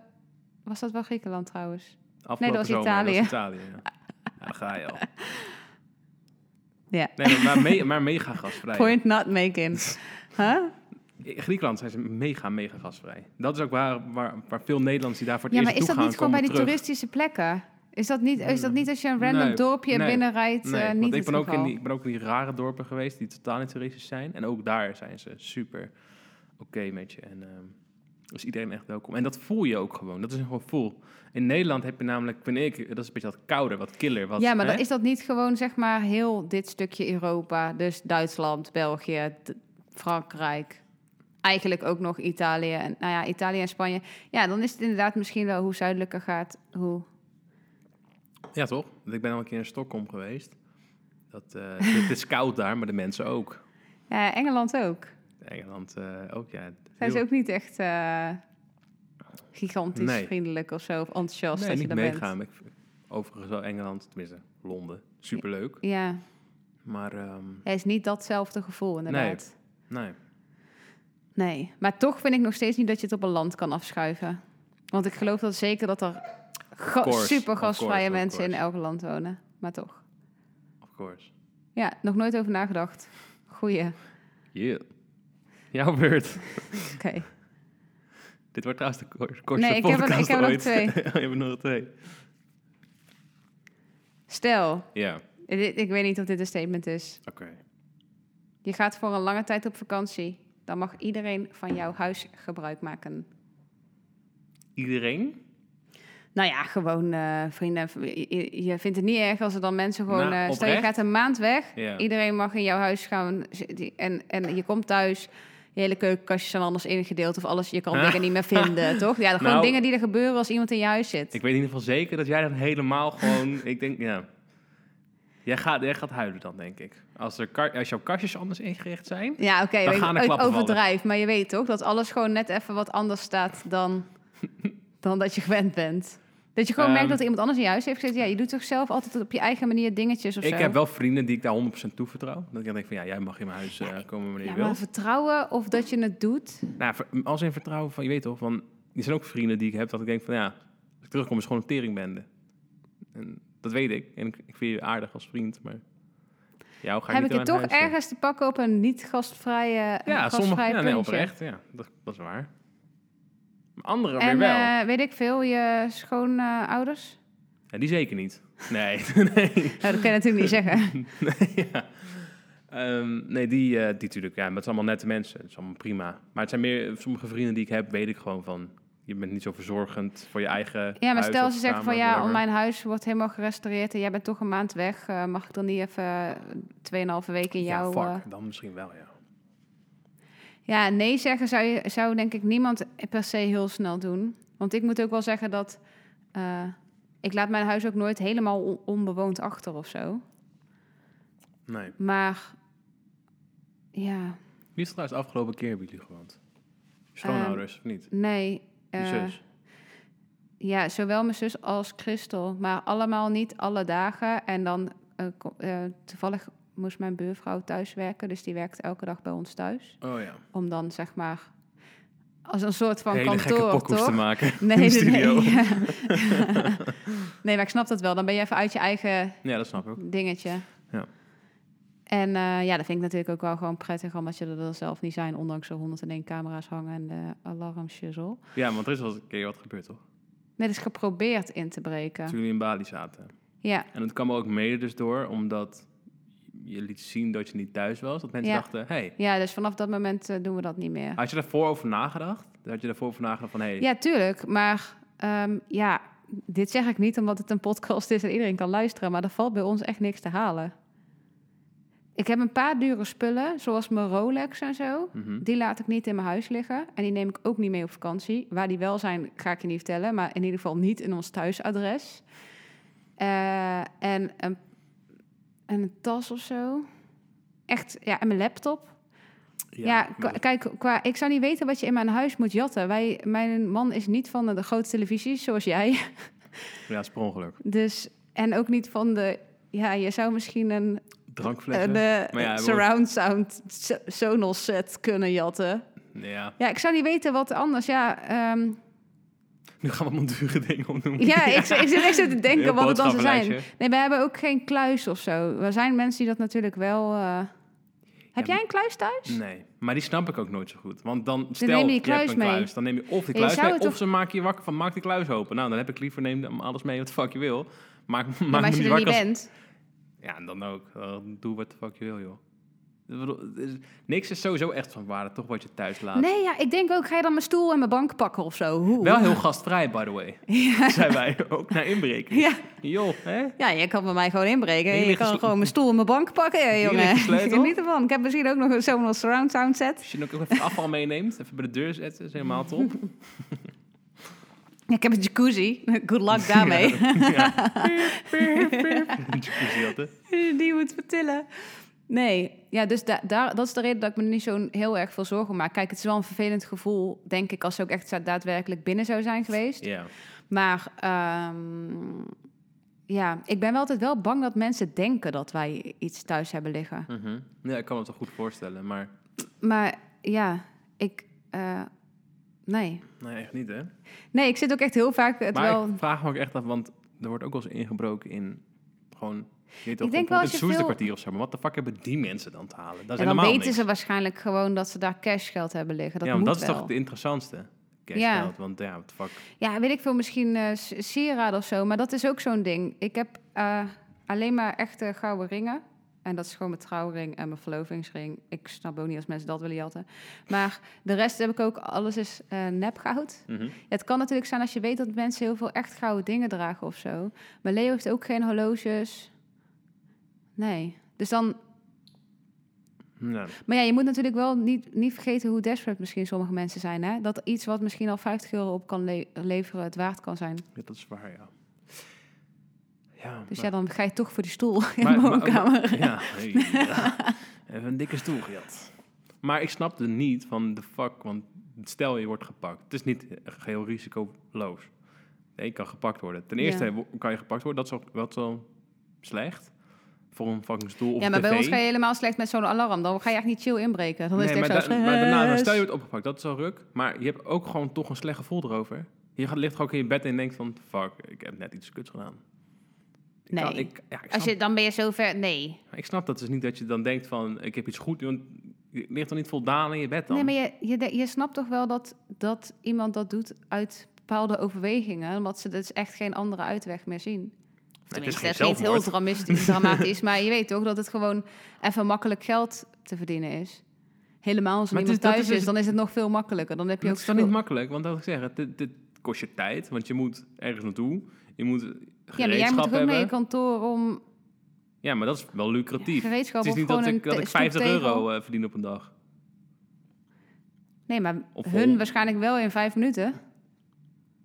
[SPEAKER 1] Was dat wel Griekenland trouwens?
[SPEAKER 2] Afgelopen
[SPEAKER 1] Nee, dat was
[SPEAKER 2] zomer,
[SPEAKER 1] Italië.
[SPEAKER 2] Dat was Italië, ja. Ja, daar ga je al.
[SPEAKER 1] Ja.
[SPEAKER 2] Nee, maar, maar, me- maar mega gasvrij.
[SPEAKER 1] Point not making. huh?
[SPEAKER 2] In Griekenland zijn ze mega, mega gasvrij. Dat is ook waar, waar, waar veel Nederlanders die daar voor het
[SPEAKER 1] Ja, maar
[SPEAKER 2] eerst
[SPEAKER 1] is dat
[SPEAKER 2] toe
[SPEAKER 1] niet
[SPEAKER 2] gaan,
[SPEAKER 1] gewoon bij die
[SPEAKER 2] komen terug.
[SPEAKER 1] toeristische plekken? Is dat, niet, is dat niet als je een random
[SPEAKER 2] Nee,
[SPEAKER 1] dorpje
[SPEAKER 2] nee,
[SPEAKER 1] binnenrijdt? eh,
[SPEAKER 2] Nee,
[SPEAKER 1] niet
[SPEAKER 2] want ik
[SPEAKER 1] het
[SPEAKER 2] ben, ook in
[SPEAKER 1] geval?
[SPEAKER 2] die, ik ben ook in die rare dorpen geweest die totaal niet toeristisch zijn. En ook daar zijn ze super oké met je. En ehm is iedereen echt welkom. En dat voel je ook gewoon. Dat is een gevoel. In Nederland heb je namelijk, vind ik, dat is een beetje dat kouder, wat killer. Wat,
[SPEAKER 1] ja, maar
[SPEAKER 2] hè?
[SPEAKER 1] dan is dat niet gewoon zeg maar heel dit stukje Europa, dus Duitsland, België, D- Frankrijk, eigenlijk ook nog Italië en nou ja, Italië en Spanje. Ja, dan is het inderdaad misschien wel hoe zuidelijker gaat, hoe.
[SPEAKER 2] Ja, toch? Want ik ben al een keer in Stockholm geweest. Dat, eh, het is koud daar, maar de mensen ook.
[SPEAKER 1] Ja, Engeland ook.
[SPEAKER 2] Engeland eh, ook, ja.
[SPEAKER 1] Zijn ze
[SPEAKER 2] Heel-
[SPEAKER 1] ook niet echt eh, gigantisch
[SPEAKER 2] Nee.
[SPEAKER 1] vriendelijk of zo, of enthousiast
[SPEAKER 2] Nee,
[SPEAKER 1] dat je
[SPEAKER 2] niet
[SPEAKER 1] daar
[SPEAKER 2] meegaan.
[SPEAKER 1] bent?
[SPEAKER 2] Ik, overigens wel Engeland, tenminste Londen. Superleuk.
[SPEAKER 1] Ja,
[SPEAKER 2] Maar ehm,
[SPEAKER 1] het is niet datzelfde gevoel inderdaad.
[SPEAKER 2] nee.
[SPEAKER 1] Nee. maar toch vind ik nog steeds niet dat je het op een land kan afschuiven, want ik geloof dat zeker dat er ga-
[SPEAKER 2] Of course,
[SPEAKER 1] super
[SPEAKER 2] of course,
[SPEAKER 1] gastvrije
[SPEAKER 2] of
[SPEAKER 1] mensen in
[SPEAKER 2] course.
[SPEAKER 1] elk land wonen, maar toch.
[SPEAKER 2] Of course.
[SPEAKER 1] Ja, nog nooit over nagedacht. Goeie.
[SPEAKER 2] Yeah. Jouw beurt.
[SPEAKER 1] Oké.
[SPEAKER 2] Dit wordt trouwens de ko- kortste
[SPEAKER 1] Nee, ik heb er-
[SPEAKER 2] podcast
[SPEAKER 1] ik
[SPEAKER 2] Oh,
[SPEAKER 1] heb er nog
[SPEAKER 2] ooit.
[SPEAKER 1] twee.
[SPEAKER 2] Oh, je hebt er nog twee.
[SPEAKER 1] Stel,
[SPEAKER 2] Ja.
[SPEAKER 1] Dit- Ik weet niet of dit een statement is.
[SPEAKER 2] Oké.
[SPEAKER 1] Je gaat voor een lange tijd op vakantie. Dan mag iedereen van jouw huis gebruik maken.
[SPEAKER 2] Iedereen?
[SPEAKER 1] Nou ja, gewoon eh, vrienden. Je- Je, je vindt het niet erg als er dan mensen gewoon...
[SPEAKER 2] Nou,
[SPEAKER 1] eh, stel, je
[SPEAKER 2] oprecht?
[SPEAKER 1] gaat een maand weg.
[SPEAKER 2] Ja.
[SPEAKER 1] Iedereen mag in jouw huis gaan. z- die- En, en je komt thuis. Je hele keukenkastjes zijn anders ingedeeld. Of alles, je kan dingen niet meer vinden, toch? Ja, gewoon
[SPEAKER 2] Nou.
[SPEAKER 1] dingen die er gebeuren als iemand in je huis zit.
[SPEAKER 2] Ik weet in ieder geval zeker dat jij dan helemaal gewoon... ik denk, ja... Jij gaat, jij gaat huilen dan, denk ik. Als, er ka- als jouw kastjes anders ingericht zijn...
[SPEAKER 1] Ja, oké,
[SPEAKER 2] Dan
[SPEAKER 1] weet-
[SPEAKER 2] gaan er
[SPEAKER 1] ik
[SPEAKER 2] klappen vallen.
[SPEAKER 1] overdrijf. Maar je weet toch dat alles gewoon net even wat anders staat dan, dan dat je gewend bent. Dat je gewoon
[SPEAKER 2] Ehm.
[SPEAKER 1] merkt dat er iemand anders in je huis heeft gezeten. Ja, je doet toch zelf altijd op je eigen manier dingetjes of
[SPEAKER 2] Ik
[SPEAKER 1] zo.
[SPEAKER 2] heb wel vrienden die ik daar 100% toe vertrouw. Dat ik dan denk van, ja, jij mag in mijn huis eh, komen wanneer
[SPEAKER 1] ja,
[SPEAKER 2] je wilt.
[SPEAKER 1] maar vertrouwen of dat je het doet.
[SPEAKER 2] Nou, ver- als in vertrouwen van, je weet toch, van, er zijn ook vrienden die ik heb dat ik denk van, ja, als ik terugkom is gewoon een teringbende. En dat weet ik. En ik, ik vind je aardig als vriend, maar jou ga ik
[SPEAKER 1] heb
[SPEAKER 2] niet
[SPEAKER 1] ik
[SPEAKER 2] aan
[SPEAKER 1] het toch
[SPEAKER 2] huis zetten.
[SPEAKER 1] ergens te pakken op een niet gastvrije
[SPEAKER 2] Ja,
[SPEAKER 1] een gastvrij
[SPEAKER 2] sommige, ja, nee,
[SPEAKER 1] puntje.
[SPEAKER 2] oprecht. Ja, dat, dat is waar. Maar anderen weer
[SPEAKER 1] En
[SPEAKER 2] wel.
[SPEAKER 1] eh, weet ik veel, je schoonouders?
[SPEAKER 2] Ja, die zeker niet. Nee, nee.
[SPEAKER 1] nou, dat kan je natuurlijk niet zeggen.
[SPEAKER 2] nee, ja. Ehm, nee die, eh, die natuurlijk, ja, maar het zijn allemaal nette mensen. Het is allemaal prima. Maar het zijn meer, sommige vrienden die ik heb, weet ik gewoon van, je bent niet zo verzorgend voor je eigen
[SPEAKER 1] Ja, maar
[SPEAKER 2] huis
[SPEAKER 1] stel
[SPEAKER 2] of
[SPEAKER 1] ze zeggen van
[SPEAKER 2] kamer,
[SPEAKER 1] ja,
[SPEAKER 2] whatever.
[SPEAKER 1] mijn huis wordt helemaal gerestaureerd en jij bent toch een maand weg. eh, mag ik dan niet even 2,5 weken in jouw...
[SPEAKER 2] Ja,
[SPEAKER 1] eh,
[SPEAKER 2] fuck, dan misschien wel, ja.
[SPEAKER 1] Ja, nee zeggen zou, je, zou denk ik niemand per se heel snel doen. Want ik moet ook wel zeggen dat eh, ik laat mijn huis ook nooit helemaal on- onbewoond achter of zo.
[SPEAKER 2] Nee.
[SPEAKER 1] Maar ja,
[SPEAKER 2] Wie is er trouwens de afgelopen keer bij jullie gewoond? Je Schoonouders, of niet?
[SPEAKER 1] nee.
[SPEAKER 2] Je
[SPEAKER 1] Ehm, eh,
[SPEAKER 2] zus?
[SPEAKER 1] Ja, zowel mijn zus als Christel. Maar allemaal niet alle dagen. En dan eh, ko- eh, toevallig moest mijn buurvrouw thuis werken. Dus die werkt elke dag bij ons thuis.
[SPEAKER 2] Oh ja.
[SPEAKER 1] Om dan zeg maar als een soort van
[SPEAKER 2] Hele gekke
[SPEAKER 1] kantoor,
[SPEAKER 2] pokoes
[SPEAKER 1] toch?
[SPEAKER 2] te maken
[SPEAKER 1] Nee,
[SPEAKER 2] in
[SPEAKER 1] nee,
[SPEAKER 2] de studio.
[SPEAKER 1] nee. ja. nee, maar ik snap dat wel. Dan ben je even uit je eigen
[SPEAKER 2] Ja, dat snap ik ook.
[SPEAKER 1] dingetje.
[SPEAKER 2] Ja.
[SPEAKER 1] En eh, ja, dat vind ik natuurlijk ook wel gewoon prettig, omdat je er dan zelf niet zijn, ondanks de 101 camera's hangen en de alarmshizzle.
[SPEAKER 2] Ja, want er is wel eens een keer wat gebeurd, toch?
[SPEAKER 1] Net is geprobeerd in te breken.
[SPEAKER 2] Toen jullie in Bali zaten.
[SPEAKER 1] Ja,
[SPEAKER 2] En dat kwam er ook mede dus door, omdat je liet zien dat je niet thuis was. Dat mensen
[SPEAKER 1] Ja.
[SPEAKER 2] dachten, hey,
[SPEAKER 1] ja dus vanaf dat moment eh, doen we dat niet meer.
[SPEAKER 2] had je daarvoor over nagedacht? Had je daarvoor over nagedacht van, hey,
[SPEAKER 1] Ja, tuurlijk. Maar ehm, ja, dit zeg ik niet omdat het een podcast is en iedereen kan luisteren. Maar er valt bij ons echt niks te halen. Ik heb een paar dure spullen, zoals mijn Rolex en zo.
[SPEAKER 2] mhm.
[SPEAKER 1] Die laat ik niet in mijn huis liggen. En die neem ik ook niet mee op vakantie. Waar die wel zijn, ga ik je niet vertellen. Maar in ieder geval niet in ons thuisadres. Eh, en, een, en een tas of zo. Echt, ja, en mijn laptop. Ja,
[SPEAKER 2] maar
[SPEAKER 1] k-
[SPEAKER 2] dat-
[SPEAKER 1] kijk, qua, ik zou niet weten wat je in mijn huis moet jatten. Wij, mijn man is niet van de, de grote televisies zoals jij.
[SPEAKER 2] ja, dat is per ongeluk.
[SPEAKER 1] Dus, en ook niet van de... Ja, je zou misschien een, een
[SPEAKER 2] Drankflessen?
[SPEAKER 1] eh,
[SPEAKER 2] Maar ja, we-
[SPEAKER 1] surround sound so- Sonos set kunnen jatten.
[SPEAKER 2] Ja,
[SPEAKER 1] Ja, ik zou niet weten wat anders. Ja, ehm,
[SPEAKER 2] nu gaan we allemaal dure dingen opnoemen.
[SPEAKER 1] ja, Ik, zit- ik zit echt zo te
[SPEAKER 2] Heel
[SPEAKER 1] denken wat het dan zou zijn.
[SPEAKER 2] boodschappenlijstje.
[SPEAKER 1] Nee, we hebben ook geen kluis of zo. Er zijn mensen die dat natuurlijk wel... eh, Heb
[SPEAKER 2] Ja,
[SPEAKER 1] jij een kluis thuis?
[SPEAKER 2] Nee, maar die snap ik ook nooit zo goed. Want dan stel
[SPEAKER 1] neem je die
[SPEAKER 2] je,
[SPEAKER 1] kluis
[SPEAKER 2] hebt een
[SPEAKER 1] mee.
[SPEAKER 2] kluis, dan neem je of die
[SPEAKER 1] je
[SPEAKER 2] kluis
[SPEAKER 1] zou
[SPEAKER 2] mee,
[SPEAKER 1] het
[SPEAKER 2] of
[SPEAKER 1] toch-
[SPEAKER 2] ze maken je wakker van maak die kluis open. Nou, dan heb ik liever neem dan alles mee wat de fuck je wil. Maak, maak
[SPEAKER 1] maar
[SPEAKER 2] me
[SPEAKER 1] als je
[SPEAKER 2] niet
[SPEAKER 1] er niet
[SPEAKER 2] wakker als-
[SPEAKER 1] bent...
[SPEAKER 2] Ja, en dan ook. Eh, doe wat de fuck je wil, joh. Ik bedoel, het is- Niks is sowieso echt van waarde, toch wat je thuis laat.
[SPEAKER 1] Nee, ja, ik denk ook, ga je dan mijn stoel en mijn bank pakken of zo? Hoe?
[SPEAKER 2] Wel heel gastvrij, by the way. Zijn wij ook naar inbreken.
[SPEAKER 1] Ja.
[SPEAKER 2] Joh, hè?
[SPEAKER 1] Ja, je kan bij mij gewoon inbreken.
[SPEAKER 2] Hier
[SPEAKER 1] Je
[SPEAKER 2] ligt de
[SPEAKER 1] kan
[SPEAKER 2] sle-
[SPEAKER 1] gewoon mijn stoel en mijn bank pakken, hè,
[SPEAKER 2] Hier
[SPEAKER 1] jongen.
[SPEAKER 2] ligt de sleutel.
[SPEAKER 1] Ik geniet ervan. Ik heb misschien ook nog een zo'n surround sound set.
[SPEAKER 2] Als je ook nog even afval meeneemt, even bij de deur zetten, is helemaal top.
[SPEAKER 1] Ja, ik heb een jacuzzi. Good luck daarmee.
[SPEAKER 2] ja. Piep, piep, piep. Jacuzzi hadden.
[SPEAKER 1] Die moet vertillen. Nee, ja, dus da- daar, dat is de reden dat ik me er niet zo'n heel erg veel zorgen maak. Kijk, het is wel een vervelend gevoel, denk ik, als ze ook echt daadwerkelijk binnen zou zijn geweest.
[SPEAKER 2] Ja.
[SPEAKER 1] Maar ehm, ja, ik ben wel altijd wel bang dat mensen denken dat wij iets thuis hebben liggen.
[SPEAKER 2] Mhm. ja, ik kan me het wel goed voorstellen, maar
[SPEAKER 1] Maar ja, ik... eh, nee.
[SPEAKER 2] nee, echt niet, hè?
[SPEAKER 1] Nee, ik zit ook echt heel vaak eh, het
[SPEAKER 2] maar
[SPEAKER 1] wel...
[SPEAKER 2] ik vraag me ook echt af, want er wordt ook wel eens ingebroken in gewoon... Je weet toch,
[SPEAKER 1] denk
[SPEAKER 2] op
[SPEAKER 1] wel
[SPEAKER 2] het
[SPEAKER 1] als je
[SPEAKER 2] Soester
[SPEAKER 1] veel-
[SPEAKER 2] kwartier of zo, maar wat de fuck hebben die mensen dan te halen? Dat is
[SPEAKER 1] En dan
[SPEAKER 2] helemaal
[SPEAKER 1] weten
[SPEAKER 2] niks.
[SPEAKER 1] ze waarschijnlijk gewoon dat ze daar cashgeld hebben liggen. Dat
[SPEAKER 2] ja,
[SPEAKER 1] moet
[SPEAKER 2] want dat is
[SPEAKER 1] wel.
[SPEAKER 2] toch het interessantste. Cash
[SPEAKER 1] Ja.
[SPEAKER 2] geld, want ja, wat fuck.
[SPEAKER 1] Ja, weet ik veel, misschien eh s- sieraden of zo. Maar dat is ook zo'n ding. Ik heb eh, alleen maar echte gouden ringen. En dat is gewoon mijn trouwring en mijn verlovingsring. Ik snap ook niet als mensen dat willen jatten. Maar de rest heb ik ook, alles is eh nep goud.
[SPEAKER 2] Mhm.
[SPEAKER 1] Ja, het kan natuurlijk zijn als je weet dat mensen heel veel echt gouden dingen dragen of zo. Maar Leo heeft ook geen horloges. Nee. Dus dan.
[SPEAKER 2] Ja.
[SPEAKER 1] Maar ja, je moet natuurlijk wel niet, niet vergeten hoe desperate misschien sommige mensen zijn. Hè? Dat iets wat misschien al 50 euro op kan le- leveren, het waard kan zijn.
[SPEAKER 2] Ja, dat is waar, ja. Ja,
[SPEAKER 1] Dus
[SPEAKER 2] maar-
[SPEAKER 1] ja, dan ga je toch voor die stoel in
[SPEAKER 2] Maar-
[SPEAKER 1] de
[SPEAKER 2] maar-
[SPEAKER 1] woonkamer.
[SPEAKER 2] Ja, hey, ja. even een dikke stoel gehad. Maar ik snapte niet van de fuck, want stel je wordt gepakt. Het is niet geheel risicoloos. Nee, je kan gepakt worden. Ten eerste
[SPEAKER 1] Ja.
[SPEAKER 2] wo- kan je gepakt worden, dat is al, dat is al slecht. Voor een fucking stoel op
[SPEAKER 1] Ja, maar
[SPEAKER 2] tv.
[SPEAKER 1] bij ons ga je helemaal slecht met zo'n alarm. Dan ga je echt niet chill inbreken. Dan is
[SPEAKER 2] nee,
[SPEAKER 1] het
[SPEAKER 2] maar,
[SPEAKER 1] echt zo.
[SPEAKER 2] da- maar daarna, dan
[SPEAKER 1] stress.
[SPEAKER 2] stel je wordt opgepakt, dat is al ruk. Maar je hebt ook gewoon toch een slecht gevoel erover. Je gaat, ligt ook in je bed en denkt van, fuck, ik heb net iets kuts gedaan. Ik
[SPEAKER 1] Nee.
[SPEAKER 2] kan- ik, ja, ik
[SPEAKER 1] Als
[SPEAKER 2] snap
[SPEAKER 1] je, dan ben je zo ver. Nee.
[SPEAKER 2] Maar ik snap dat dus niet dat je dan denkt van, ik heb iets goed, want je ligt dan niet voldaan in je bed dan?
[SPEAKER 1] Nee, maar je, je, de- je snapt toch wel dat, dat iemand dat doet uit bepaalde overwegingen. Omdat ze dus echt geen andere uitweg meer zien. Of
[SPEAKER 2] het is
[SPEAKER 1] tenminste,
[SPEAKER 2] geen
[SPEAKER 1] dat klinkt heel
[SPEAKER 2] zelfmoord.
[SPEAKER 1] dramatisch, dramatisch. maar je weet toch dat het gewoon even makkelijk geld te verdienen is. Helemaal als er
[SPEAKER 2] Maar
[SPEAKER 1] iemand
[SPEAKER 2] het is- dat
[SPEAKER 1] thuis
[SPEAKER 2] is
[SPEAKER 1] is,
[SPEAKER 2] dus-
[SPEAKER 1] dan is het nog veel makkelijker. Dan heb je
[SPEAKER 2] dat
[SPEAKER 1] ook
[SPEAKER 2] is dan niet
[SPEAKER 1] schuld.
[SPEAKER 2] makkelijk, want dat wil ik zeggen, dit, dit kost je tijd, want je moet ergens naartoe, je moet gereedschap
[SPEAKER 1] Ja, maar jij moet toch ook
[SPEAKER 2] hebben.
[SPEAKER 1] naar je kantoor om
[SPEAKER 2] Ja, maar dat is wel lucratief.
[SPEAKER 1] gereedschap
[SPEAKER 2] het is
[SPEAKER 1] of
[SPEAKER 2] niet
[SPEAKER 1] gewoon
[SPEAKER 2] dat ik,
[SPEAKER 1] een
[SPEAKER 2] dat
[SPEAKER 1] te-
[SPEAKER 2] ik
[SPEAKER 1] stuk
[SPEAKER 2] 50
[SPEAKER 1] tegel.
[SPEAKER 2] euro eh, verdien op een dag.
[SPEAKER 1] Nee, maar
[SPEAKER 2] Of
[SPEAKER 1] hun
[SPEAKER 2] hol.
[SPEAKER 1] waarschijnlijk wel in vijf minuten.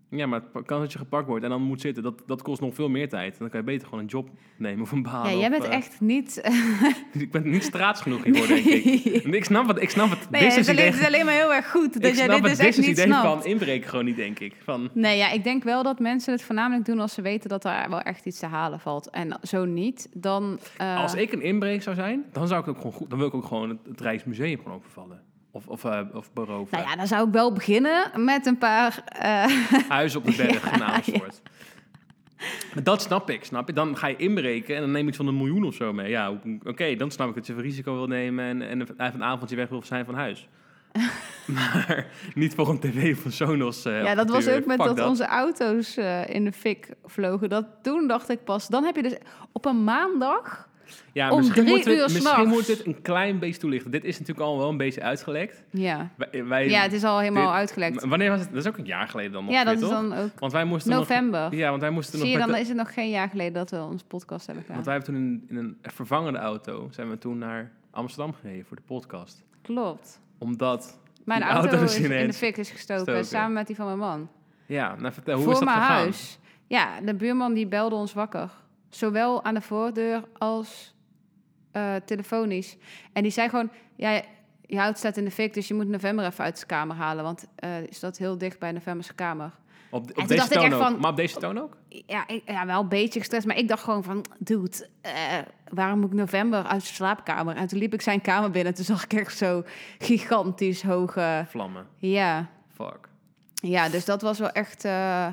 [SPEAKER 2] Ja, maar het pa- kan dat je gepakt wordt en dan moet zitten, dat, dat kost nog veel meer tijd. Dan kan je beter gewoon een job nemen of een baan.
[SPEAKER 1] Ja, jij
[SPEAKER 2] of,
[SPEAKER 1] bent
[SPEAKER 2] eh,
[SPEAKER 1] echt niet...
[SPEAKER 2] ik ben niet straats genoeg hiervoor, denk ik. Want Ik snap wat, ik snap het
[SPEAKER 1] Nee, het is, alleen,
[SPEAKER 2] businessidee-
[SPEAKER 1] het is alleen maar heel erg goed
[SPEAKER 2] ik
[SPEAKER 1] dat jij
[SPEAKER 2] snap
[SPEAKER 1] dit
[SPEAKER 2] het
[SPEAKER 1] dus echt niet
[SPEAKER 2] businessidee
[SPEAKER 1] snapt.
[SPEAKER 2] van inbreken gewoon niet, denk ik. Van,
[SPEAKER 1] Nee, ja, ik denk wel dat mensen het voornamelijk doen als ze weten dat daar wel echt iets te halen valt. En zo niet, dan... eh,
[SPEAKER 2] Als ik een inbreek zou zijn, dan zou ik ook gewoon goed, dan wil ik ook gewoon het, het Rijksmuseum gewoon overvallen. Of, of, eh, of beroven.
[SPEAKER 1] Nou ja, dan zou ik wel beginnen met een paar... eh,
[SPEAKER 2] Huis op de berg
[SPEAKER 1] Ja,
[SPEAKER 2] in Amersfoort. Maar Dat snap ik, snap ik. Dan ga je inbreken en dan neem je iets van een miljoen of zo mee. Ja, hoe- oké, dan snap ik dat je een risico wil nemen en, en even een avondje weg wil zijn van huis. maar niet voor een tv van Sonos. eh,
[SPEAKER 1] ja, dat was
[SPEAKER 2] apparatuur.
[SPEAKER 1] ook met
[SPEAKER 2] Fuck
[SPEAKER 1] dat, onze auto's eh, in de fik vlogen. Dat, toen dacht ik pas, dan heb je dus op een maandag...
[SPEAKER 2] ja,
[SPEAKER 1] om
[SPEAKER 2] misschien
[SPEAKER 1] drie
[SPEAKER 2] moeten we,
[SPEAKER 1] uur
[SPEAKER 2] Misschien
[SPEAKER 1] s'nachts.
[SPEAKER 2] moet dit een klein beetje toelichten. Dit is natuurlijk al wel een beetje uitgelekt.
[SPEAKER 1] Ja,
[SPEAKER 2] Wij, eh, wij-
[SPEAKER 1] ja het is al helemaal uitgelekt.
[SPEAKER 2] Maar Wanneer was het? Dat is ook een jaar geleden dan nog.
[SPEAKER 1] Ja, dat is
[SPEAKER 2] ongeveer, toch?
[SPEAKER 1] dan ook
[SPEAKER 2] Want wij moesten
[SPEAKER 1] november.
[SPEAKER 2] nog. Ja, want wij moesten
[SPEAKER 1] Zie je,
[SPEAKER 2] nog. met
[SPEAKER 1] dan
[SPEAKER 2] de-
[SPEAKER 1] is het nog geen jaar geleden dat we onze podcast hebben gedaan.
[SPEAKER 2] Want wij hebben toen in, in een vervangende auto zijn we toen naar Amsterdam gereden voor de podcast.
[SPEAKER 1] Klopt.
[SPEAKER 2] Omdat.
[SPEAKER 1] Mijn
[SPEAKER 2] Die
[SPEAKER 1] auto,
[SPEAKER 2] auto is
[SPEAKER 1] is in de
[SPEAKER 2] ineens
[SPEAKER 1] fik is gestoken,
[SPEAKER 2] gestoken.
[SPEAKER 1] samen met die van mijn man.
[SPEAKER 2] Ja, nou vertel hoe
[SPEAKER 1] voor
[SPEAKER 2] is dat
[SPEAKER 1] mijn
[SPEAKER 2] gegaan?
[SPEAKER 1] huis. Ja, de buurman die belde ons wakker. Zowel aan de voordeur als eh, telefonisch. En die zei gewoon, ja, je auto staat in de fik, dus je moet november even uit zijn kamer halen. Want eh is dat heel dicht bij novembers kamer.
[SPEAKER 2] Op, de-
[SPEAKER 1] toen
[SPEAKER 2] op deze
[SPEAKER 1] dacht ik
[SPEAKER 2] toon ook.
[SPEAKER 1] echt van-
[SPEAKER 2] Maar op deze toon ook?
[SPEAKER 1] Ja, ik, ja, wel een beetje gestrest, maar ik dacht gewoon van, dude, eh, waarom moet ik november uit zijn slaapkamer? En toen liep ik zijn kamer binnen, toen zag ik echt zo gigantisch hoge,
[SPEAKER 2] Vlammen.
[SPEAKER 1] ja...
[SPEAKER 2] Fuck.
[SPEAKER 1] Ja, dus dat was wel echt. eh,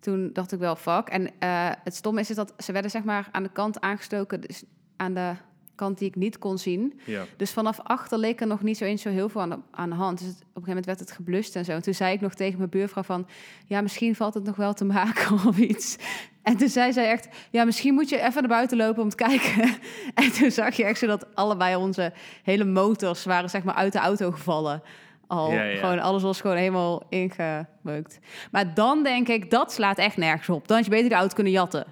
[SPEAKER 1] toen dacht ik wel fuck. En eh, het stomme is, is dat ze werden zeg maar aan de kant aangestoken, dus aan de kant die ik niet kon zien.
[SPEAKER 2] Ja.
[SPEAKER 1] Dus vanaf achter leek er nog niet zo eens zo heel veel aan de, aan de hand. Dus het- op een gegeven moment werd het geblust en zo. En toen zei ik nog tegen mijn buurvrouw van, ja, misschien valt het nog wel te maken of iets. En toen zei zij echt, ja, misschien moet je even naar buiten lopen om te kijken. En toen zag je echt zo dat allebei onze hele motors waren zeg maar uit de auto gevallen. Al
[SPEAKER 2] Ja, ja.
[SPEAKER 1] gewoon alles was gewoon helemaal ingebeukt. Maar dan denk ik, dat slaat echt nergens op. Dan had je beter de auto kunnen jatten.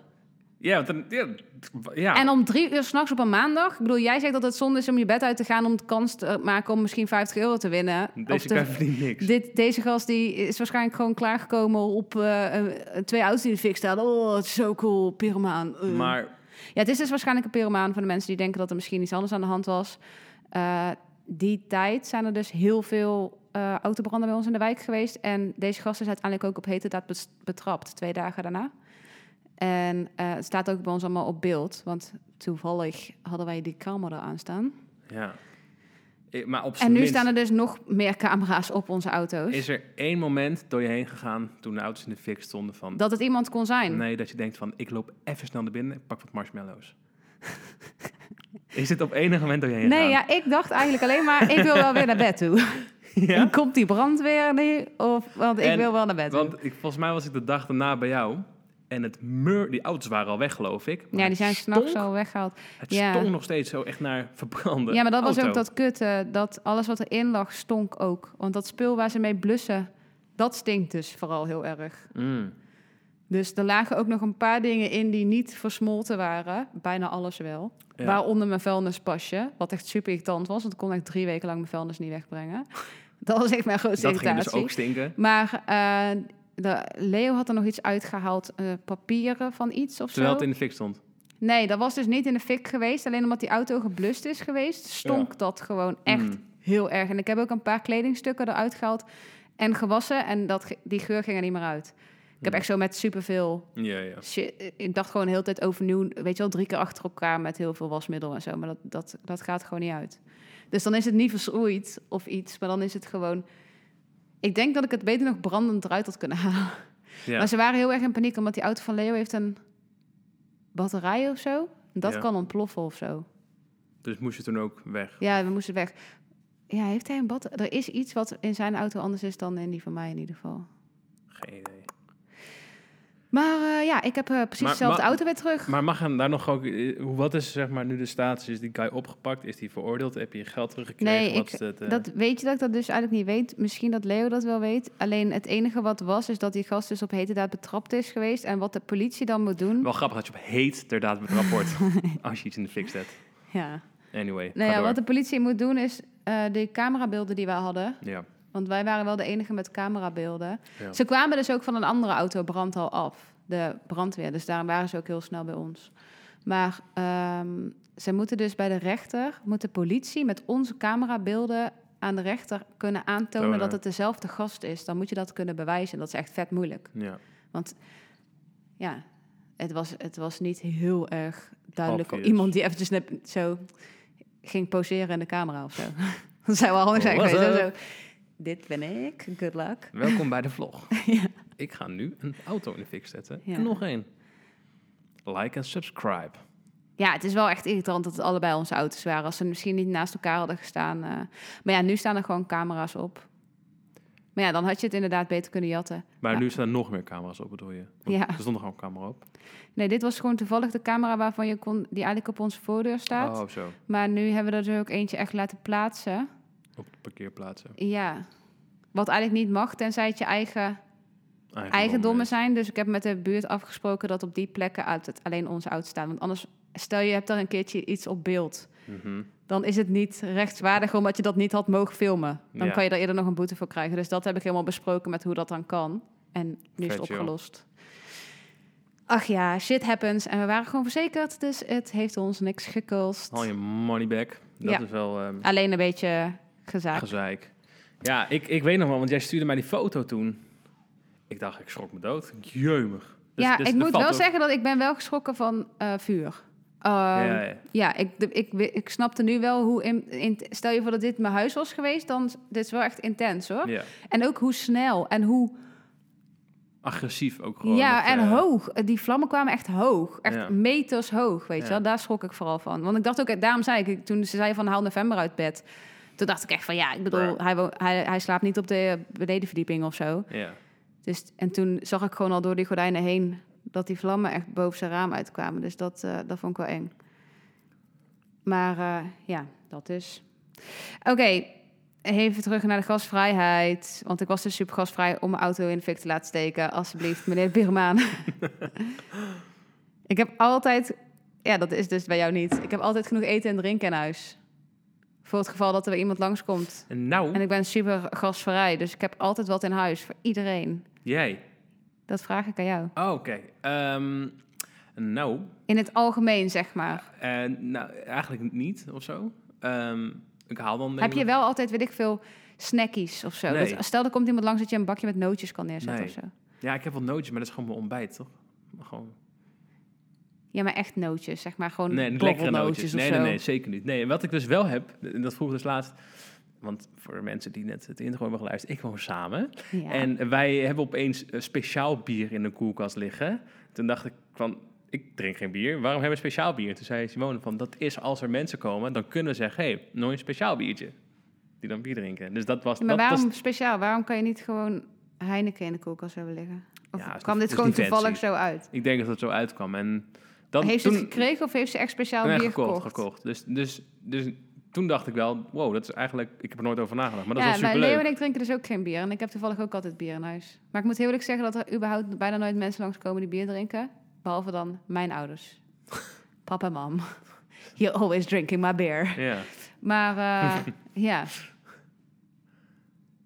[SPEAKER 2] Ja, want dan, ja, t- ja.
[SPEAKER 1] En om drie uur s'nachts op een maandag. Ik bedoel, jij zegt dat het zonde is om je bed uit te gaan om de kans te maken om misschien 50 euro te winnen. Of
[SPEAKER 2] deze
[SPEAKER 1] te-
[SPEAKER 2] kan verdient niks.
[SPEAKER 1] dit, deze gast die is waarschijnlijk gewoon klaargekomen op eh, een- twee auto's die in de fik staan. Oh, het is zo cool, pyromaan. eh.
[SPEAKER 2] maar
[SPEAKER 1] Ja, het is dus waarschijnlijk een pyromaan voor de mensen die denken dat er misschien iets anders aan de hand was. Eh, die tijd zijn er dus heel veel eh, autobranden bij ons in de wijk geweest. En deze gast is uiteindelijk ook op hete daad bes- betrapt, twee dagen daarna. En eh, het staat ook bij ons allemaal op beeld, want toevallig hadden wij die camera aanstaan.
[SPEAKER 2] ja. Ik- maar op zijn
[SPEAKER 1] En nu
[SPEAKER 2] minst
[SPEAKER 1] staan er dus nog meer camera's op onze auto's.
[SPEAKER 2] is er één moment door je heen gegaan toen de auto's in de fik stonden van...
[SPEAKER 1] Dat het iemand kon zijn.
[SPEAKER 2] Nee, dat je denkt van, ik loop even snel naar binnen, ik pak wat marshmallows. is dit op enig moment door je heen
[SPEAKER 1] Nee,
[SPEAKER 2] gegaan?
[SPEAKER 1] ja, ik dacht eigenlijk alleen maar, ik wil wel weer naar bed toe.
[SPEAKER 2] Ja?
[SPEAKER 1] Komt die brandweer nu? Of, want ik
[SPEAKER 2] En-
[SPEAKER 1] wil wel naar bed toe.
[SPEAKER 2] Want ik, volgens mij was ik de dag daarna bij jou. En het meur, die auto's waren al weg, geloof ik. maar
[SPEAKER 1] Ja, die
[SPEAKER 2] het
[SPEAKER 1] zijn s'nachts
[SPEAKER 2] stonk-
[SPEAKER 1] al weggehaald.
[SPEAKER 2] Het
[SPEAKER 1] ja.
[SPEAKER 2] stonk nog steeds zo echt naar verbrande
[SPEAKER 1] Ja, maar dat was
[SPEAKER 2] auto.
[SPEAKER 1] ook dat kutte. Dat alles wat erin lag, stonk ook. Want dat spul waar ze mee blussen, dat stinkt dus vooral heel erg.
[SPEAKER 2] Mm.
[SPEAKER 1] Dus er lagen ook nog een paar dingen in die niet versmolten waren. Bijna alles wel.
[SPEAKER 2] Ja.
[SPEAKER 1] Waaronder mijn vuilnispasje. Wat echt super irritant was. Want ik kon echt drie weken lang mijn vuilnis niet wegbrengen. Dat was echt mijn grootste
[SPEAKER 2] dat ging dus
[SPEAKER 1] irritatie.
[SPEAKER 2] ook stinken.
[SPEAKER 1] Maar eh, de, Leo had er nog iets uitgehaald. eh, papieren van iets of
[SPEAKER 2] Terwijl
[SPEAKER 1] zo.
[SPEAKER 2] het in de fik stond.
[SPEAKER 1] Nee, dat was dus niet in de fik geweest. Alleen omdat die auto geblust is geweest, stonk
[SPEAKER 2] Ja.
[SPEAKER 1] dat gewoon echt
[SPEAKER 2] Mm.
[SPEAKER 1] heel erg. En ik heb ook een paar kledingstukken eruit gehaald en gewassen. En dat, ge- die geur ging er niet meer uit. Ik heb
[SPEAKER 2] Mm.
[SPEAKER 1] echt zo met superveel
[SPEAKER 2] Ja, ja.
[SPEAKER 1] shit. Ik dacht gewoon de hele tijd overnieuw. Weet je wel, drie keer achter elkaar met heel veel wasmiddel en zo. Maar dat, dat, dat gaat gewoon niet uit. Dus dan is het niet verschroeid of iets. Maar dan is het gewoon... Ik denk dat ik het beter nog brandend eruit had kunnen halen.
[SPEAKER 2] ja.
[SPEAKER 1] Maar ze waren heel erg in paniek, omdat die auto van Leo heeft een batterij of zo. Dat
[SPEAKER 2] Ja.
[SPEAKER 1] kan ontploffen of zo.
[SPEAKER 2] Dus moest je toen ook weg.
[SPEAKER 1] Ja, we moesten weg. Ja, heeft hij een batterij? Er is iets wat in zijn auto anders is dan in die van mij in ieder geval.
[SPEAKER 2] Geen idee.
[SPEAKER 1] Maar eh, ja, ik heb eh, precies
[SPEAKER 2] Maar-
[SPEAKER 1] dezelfde
[SPEAKER 2] maar-
[SPEAKER 1] auto weer terug.
[SPEAKER 2] Maar mag hem daar nog ook... eh, hoe- Wat is zeg maar nu de status? Is die guy opgepakt? Is die veroordeeld? Heb je je geld teruggekregen?
[SPEAKER 1] Nee,
[SPEAKER 2] wat
[SPEAKER 1] ik-
[SPEAKER 2] is het, eh?
[SPEAKER 1] Dat weet je dat ik dat dus eigenlijk niet weet. Misschien dat Leo dat wel weet. Alleen het enige wat was, is dat die gast dus op hete daad betrapt is geweest. En wat de politie dan moet doen.
[SPEAKER 2] Wel grappig dat je op heet ter daad betrapt wordt. als je iets in de fik zet.
[SPEAKER 1] Ja.
[SPEAKER 2] Anyway,
[SPEAKER 1] Nou
[SPEAKER 2] ga
[SPEAKER 1] ja,
[SPEAKER 2] door.
[SPEAKER 1] wat de politie moet doen is eh de camerabeelden die we hadden.
[SPEAKER 2] Ja.
[SPEAKER 1] Want wij waren wel de enige met camerabeelden.
[SPEAKER 2] Ja.
[SPEAKER 1] Ze kwamen dus ook van een andere auto brand al af. De brandweer. Dus daarom waren ze ook heel snel bij ons. Maar ehm, ze moeten dus bij de rechter... moet de politie met onze camerabeelden aan de rechter kunnen aantonen...
[SPEAKER 2] Tonen.
[SPEAKER 1] dat het dezelfde gast is. Dan moet je dat kunnen bewijzen. Dat is echt vet moeilijk.
[SPEAKER 2] ja.
[SPEAKER 1] Ja, het was, het was niet heel erg duidelijk.
[SPEAKER 2] Obvious.
[SPEAKER 1] Iemand die eventjes net zo ging poseren in de camera of zo. dat zou wel handig zijn
[SPEAKER 2] What's
[SPEAKER 1] geweest. hè,
[SPEAKER 2] up?
[SPEAKER 1] Zo, dit ben ik. Good luck.
[SPEAKER 2] Welkom bij de vlog.
[SPEAKER 1] Ja.
[SPEAKER 2] Ik ga nu een auto in de fik zetten.
[SPEAKER 1] Ja.
[SPEAKER 2] En nog één. Like en subscribe.
[SPEAKER 1] Ja, het is wel echt irritant dat het allebei onze auto's waren. Als ze misschien niet naast elkaar hadden gestaan. eh. Maar ja, nu staan er gewoon camera's op. Maar ja, dan had je het inderdaad beter kunnen jatten.
[SPEAKER 2] Maar
[SPEAKER 1] Ja.
[SPEAKER 2] nu staan er nog meer camera's op, bedoel je? Want
[SPEAKER 1] Ja.
[SPEAKER 2] Er stond nog een camera op.
[SPEAKER 1] Nee, dit was gewoon toevallig de camera waarvan je kon, die eigenlijk op onze voordeur staat.
[SPEAKER 2] Oh, zo.
[SPEAKER 1] Maar nu hebben we er dus ook eentje echt laten plaatsen.
[SPEAKER 2] Op de parkeerplaatsen.
[SPEAKER 1] Ja. Wat eigenlijk niet mag, tenzij het je eigen eigendommen zijn. Dus ik heb met de buurt afgesproken dat op die plekken uit het alleen onze auto's staan. Want anders, stel je hebt daar een keertje iets op beeld.
[SPEAKER 2] Mhm.
[SPEAKER 1] dan is het niet rechtswaardig omdat je dat niet had mogen filmen. Dan
[SPEAKER 2] Ja.
[SPEAKER 1] kan je daar eerder nog een boete voor krijgen. Dus dat heb ik helemaal besproken met hoe dat dan kan. En nu is
[SPEAKER 2] Vet,
[SPEAKER 1] het
[SPEAKER 2] joh.
[SPEAKER 1] opgelost. Ach ja, shit happens. En we waren gewoon verzekerd, dus het heeft ons niks gekost.
[SPEAKER 2] Haal je money back. Dat
[SPEAKER 1] Ja.
[SPEAKER 2] is wel ehm
[SPEAKER 1] Alleen een beetje gezaakt.
[SPEAKER 2] gezeik. Ja, ik, ik weet nog wel, want jij stuurde mij die foto toen. Ik dacht, ik schrok me dood. Jeumig. Dus-
[SPEAKER 1] ja,
[SPEAKER 2] dus
[SPEAKER 1] ik
[SPEAKER 2] er
[SPEAKER 1] moet
[SPEAKER 2] valt
[SPEAKER 1] wel
[SPEAKER 2] ook-
[SPEAKER 1] zeggen dat ik ben wel geschrokken van eh, vuur. Ehm,
[SPEAKER 2] Ja,
[SPEAKER 1] ja,
[SPEAKER 2] ja, ja.
[SPEAKER 1] ik, de- ik, we- ik snapte nu wel hoe... in- in- stel je voor dat dit mijn huis was geweest, dan... Dit is wel echt intens, hoor.
[SPEAKER 2] Ja.
[SPEAKER 1] En ook hoe snel en hoe...
[SPEAKER 2] Agressief ook gewoon.
[SPEAKER 1] ja,
[SPEAKER 2] dat,
[SPEAKER 1] en
[SPEAKER 2] eh,
[SPEAKER 1] hoog. Die vlammen kwamen echt hoog. Echt
[SPEAKER 2] Ja.
[SPEAKER 1] meters hoog, weet
[SPEAKER 2] Ja.
[SPEAKER 1] je wel. Daar schrok ik vooral van. Want ik dacht ook, eh, daarom zei ik, toen ze zei van haal november uit bed. Toen dacht ik echt van, ja, ik bedoel,
[SPEAKER 2] Bruh.
[SPEAKER 1] hij, wo- hij, hij slaapt niet op de eh, benedenverdieping of zo.
[SPEAKER 2] Ja.
[SPEAKER 1] Dus, en toen zag ik gewoon al door die gordijnen heen dat die vlammen echt boven zijn raam uitkwamen. Dus dat, eh, dat vond ik wel eng. Maar eh, ja, dat is. Oké, even terug naar de gasvrijheid. Want ik was dus super gasvrij om mijn auto in de fik te laten steken. Alsjeblieft, meneer Birman. ik heb altijd. Ja, dat is dus bij jou niet. Ik heb altijd genoeg eten en drinken in huis. Voor het geval dat er weer iemand langskomt.
[SPEAKER 2] En nou,
[SPEAKER 1] En ik ben super gasvrij, dus ik heb altijd wat in huis voor iedereen.
[SPEAKER 2] jij.
[SPEAKER 1] Dat vraag ik aan jou.
[SPEAKER 2] Oh, oké. Ehm, nou,
[SPEAKER 1] In het algemeen, zeg maar.
[SPEAKER 2] eh, nou, eigenlijk niet of zo. Ehm, ik haal dan. denk
[SPEAKER 1] Heb
[SPEAKER 2] ik
[SPEAKER 1] je wel altijd, weet ik veel, snackies of zo?
[SPEAKER 2] Nee.
[SPEAKER 1] Dat- stel, er komt iemand langs dat je een bakje met nootjes kan neerzetten
[SPEAKER 2] Nee.
[SPEAKER 1] of zo.
[SPEAKER 2] nog- Ja, ik heb wel nootjes, maar dat is gewoon mijn ontbijt, toch? Gewoon.
[SPEAKER 1] Ja, maar echt nootjes, zeg maar. Gewoon
[SPEAKER 2] Nee, lekkere nootjes.
[SPEAKER 1] borrelnootjes
[SPEAKER 2] Nee,
[SPEAKER 1] of
[SPEAKER 2] nee,
[SPEAKER 1] zo.
[SPEAKER 2] nee, zeker niet. Nee, en wat ik dus wel heb, en dat vroeg ik dus laatst. Want voor de mensen die net het intro hebben geluisterd, ik woon samen.
[SPEAKER 1] Ja.
[SPEAKER 2] En wij hebben opeens eh, speciaal bier in de koelkast liggen. Toen dacht ik van, ik drink geen bier. Waarom hebben we speciaal bier? Toen zei Simone van, dat is als er mensen komen, dan kunnen we zeggen, hé, hey, nooit een speciaal biertje. Die dan bier drinken. Dus dat was...
[SPEAKER 1] maar
[SPEAKER 2] dat, was-
[SPEAKER 1] waarom speciaal? Waarom kan je niet gewoon Heineken in de koelkast hebben liggen? Of
[SPEAKER 2] Ja, het is
[SPEAKER 1] kwam
[SPEAKER 2] niet-
[SPEAKER 1] dit
[SPEAKER 2] het is
[SPEAKER 1] gewoon
[SPEAKER 2] niet fancy.
[SPEAKER 1] toevallig zo uit?
[SPEAKER 2] Ik denk dat het zo uitkwam. En dan,
[SPEAKER 1] heeft ze
[SPEAKER 2] toen,
[SPEAKER 1] het gekregen of heeft ze echt speciaal
[SPEAKER 2] Nee,
[SPEAKER 1] bier
[SPEAKER 2] gekocht, gekocht. Dus, dus, dus toen dacht ik wel, wow, dat is eigenlijk... Ik heb er nooit over nagedacht, maar dat
[SPEAKER 1] ja,
[SPEAKER 2] is wel
[SPEAKER 1] maar Leo en
[SPEAKER 2] superleuk.
[SPEAKER 1] ik drinken dus ook geen bier. En ik heb toevallig ook altijd bier in huis. Maar ik moet heel eerlijk zeggen dat er überhaupt bijna nooit mensen langskomen die bier drinken. Behalve dan mijn ouders. Pap en mam. You're always drinking my beer.
[SPEAKER 2] Ja,
[SPEAKER 1] Maar eh, ja.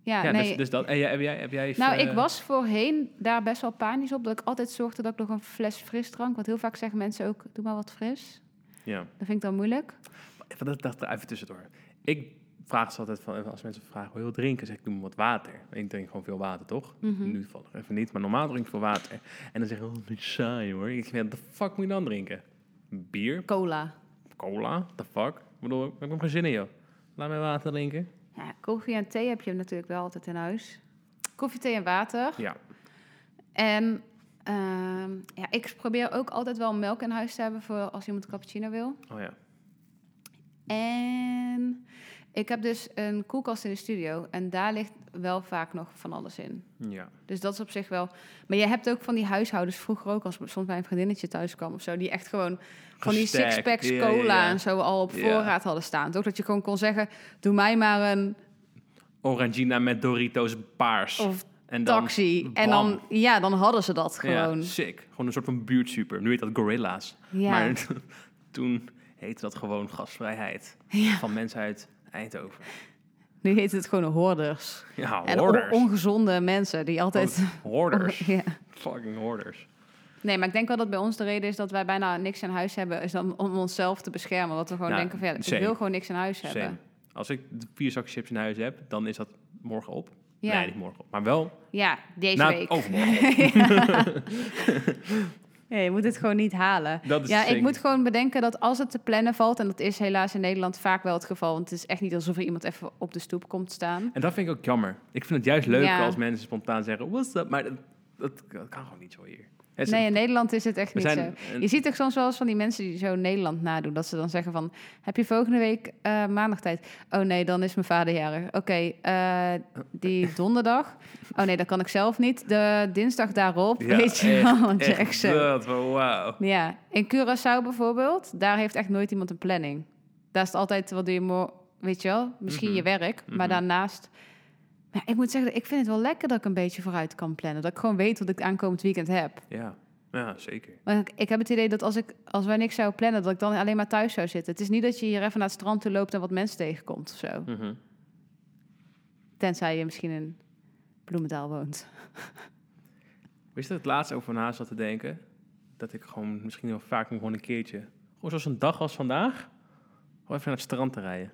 [SPEAKER 1] Ja,
[SPEAKER 2] ja
[SPEAKER 1] nee.
[SPEAKER 2] dus, dus dat... En jij, heb jij... Heb jij
[SPEAKER 1] nou,
[SPEAKER 2] eh,
[SPEAKER 1] ik was voorheen daar best wel panisch op. Dat ik altijd zorgde dat ik nog een fles frisdrank... Want heel vaak zeggen mensen ook, doe maar wat fris.
[SPEAKER 2] Ja.
[SPEAKER 1] Dat vind ik dan moeilijk.
[SPEAKER 2] Even, dat dacht er even tussendoor. Ik vraag ze altijd van, als mensen vragen, wil je wat drinken? Zeg ik, doe me wat water. Ik drink gewoon veel water, toch?
[SPEAKER 1] Mhm.
[SPEAKER 2] Nu toevallig even niet, maar normaal drink ik veel water. En dan zeggen ze, oh, dit is saai hoor. Ik denk, what the fuck moet je dan drinken? Bier?
[SPEAKER 1] Cola.
[SPEAKER 2] Cola? What the fuck? Ik bedoel, ik heb nog geen zin in, joh. Laat mij water drinken.
[SPEAKER 1] Ja, koffie en thee heb je natuurlijk wel altijd in huis. Koffie, thee en water.
[SPEAKER 2] Ja.
[SPEAKER 1] En ehm, ja, ik probeer ook altijd wel melk in huis te hebben voor als iemand cappuccino wil.
[SPEAKER 2] Oh ja.
[SPEAKER 1] En ik heb dus een koelkast in de studio en daar ligt wel vaak nog van alles in.
[SPEAKER 2] Ja.
[SPEAKER 1] Dus dat is op zich wel. Maar je hebt ook van die huishoudens vroeger ook, als soms mijn vriendinnetje thuis kwam of zo, die echt gewoon van die
[SPEAKER 2] Gestacked,
[SPEAKER 1] sixpacks
[SPEAKER 2] ja, ja,
[SPEAKER 1] cola
[SPEAKER 2] ja.
[SPEAKER 1] en zo al op
[SPEAKER 2] Ja.
[SPEAKER 1] voorraad hadden staan. Toch dat je gewoon kon zeggen: doe mij maar een
[SPEAKER 2] Orangina met Doritos paars.
[SPEAKER 1] of
[SPEAKER 2] en dan-
[SPEAKER 1] taxi. en
[SPEAKER 2] bam.
[SPEAKER 1] dan, ja, dan hadden ze dat gewoon.
[SPEAKER 2] Ja, sick. Gewoon een soort van buurtsuper. Nu heet dat Gorilla's.
[SPEAKER 1] Ja.
[SPEAKER 2] Maar toen heette dat gewoon gastvrijheid.
[SPEAKER 1] Ja.
[SPEAKER 2] Van mensen uit Eindhoven.
[SPEAKER 1] Nu heet het gewoon hoorders.
[SPEAKER 2] Ja,
[SPEAKER 1] En on-
[SPEAKER 2] hoorders.
[SPEAKER 1] ongezonde mensen die altijd.
[SPEAKER 2] Hoorders.
[SPEAKER 1] Ja.
[SPEAKER 2] Fucking hoorders.
[SPEAKER 1] Nee, maar ik denk wel dat bij ons de reden is dat wij bijna niks in huis hebben. Is dan om onszelf te beschermen. Dat we gewoon
[SPEAKER 2] Nou,
[SPEAKER 1] denken: van, ja, ik
[SPEAKER 2] same.
[SPEAKER 1] wil gewoon niks in huis
[SPEAKER 2] Same.
[SPEAKER 1] hebben.
[SPEAKER 2] Als ik vier zakken chips in huis heb, dan is dat morgen op.
[SPEAKER 1] Ja.
[SPEAKER 2] Nee, niet morgen op. Maar wel
[SPEAKER 1] Ja, deze
[SPEAKER 2] na
[SPEAKER 1] week.
[SPEAKER 2] overmorgen op.
[SPEAKER 1] Nee, je moet het gewoon niet halen.
[SPEAKER 2] Dat is
[SPEAKER 1] Ja, ik
[SPEAKER 2] zeker-
[SPEAKER 1] moet gewoon bedenken dat als het te plannen valt, en dat is helaas in Nederland vaak wel het geval, want het is echt niet alsof er iemand even op de stoep komt staan.
[SPEAKER 2] En dat vind ik ook jammer. Ik vind het juist leuk
[SPEAKER 1] Ja.
[SPEAKER 2] als mensen spontaan zeggen, what's up? Maar dat, dat, dat kan gewoon niet zo hier. Het is-
[SPEAKER 1] Nee, in Nederland is het echt
[SPEAKER 2] we
[SPEAKER 1] niet zo.
[SPEAKER 2] zijn,
[SPEAKER 1] Je ziet ook soms wel eens van die mensen die zo Nederland nadoen. Dat ze dan zeggen van, heb je volgende week eh, maandag tijd? Oh nee, dan is mijn vader jarig. Oké, eh, die donderdag. Oh nee, dat kan ik zelf niet. De dinsdag daarop,
[SPEAKER 2] Ja,
[SPEAKER 1] weet je wel. Want je
[SPEAKER 2] echt
[SPEAKER 1] echt zo...
[SPEAKER 2] Dat, van wauw.
[SPEAKER 1] Ja, in Curaçao bijvoorbeeld, daar heeft echt nooit iemand een planning. Daar is het altijd, wat doe je morgen, weet je wel, misschien
[SPEAKER 2] Mhm.
[SPEAKER 1] je werk, maar
[SPEAKER 2] Mhm.
[SPEAKER 1] daarnaast... Maar ik moet zeggen, ik vind het wel lekker dat ik een beetje vooruit kan plannen. Dat ik gewoon weet wat ik aankomend weekend heb.
[SPEAKER 2] Ja. ja, zeker.
[SPEAKER 1] Maar ik, ik heb het idee dat als, ik, als wij niks zouden plannen, dat ik dan alleen maar thuis zou zitten. Het is niet dat je hier even naar het strand toe loopt en wat mensen tegenkomt of zo.
[SPEAKER 2] Mhm.
[SPEAKER 1] Tenzij je misschien in Bloemendaal woont.
[SPEAKER 2] Wist je dat ik laatst over na zat te denken? Dat ik gewoon misschien wel vaak gewoon een keertje... Gewoon zoals een dag als vandaag... Gewoon even naar het strand te rijden.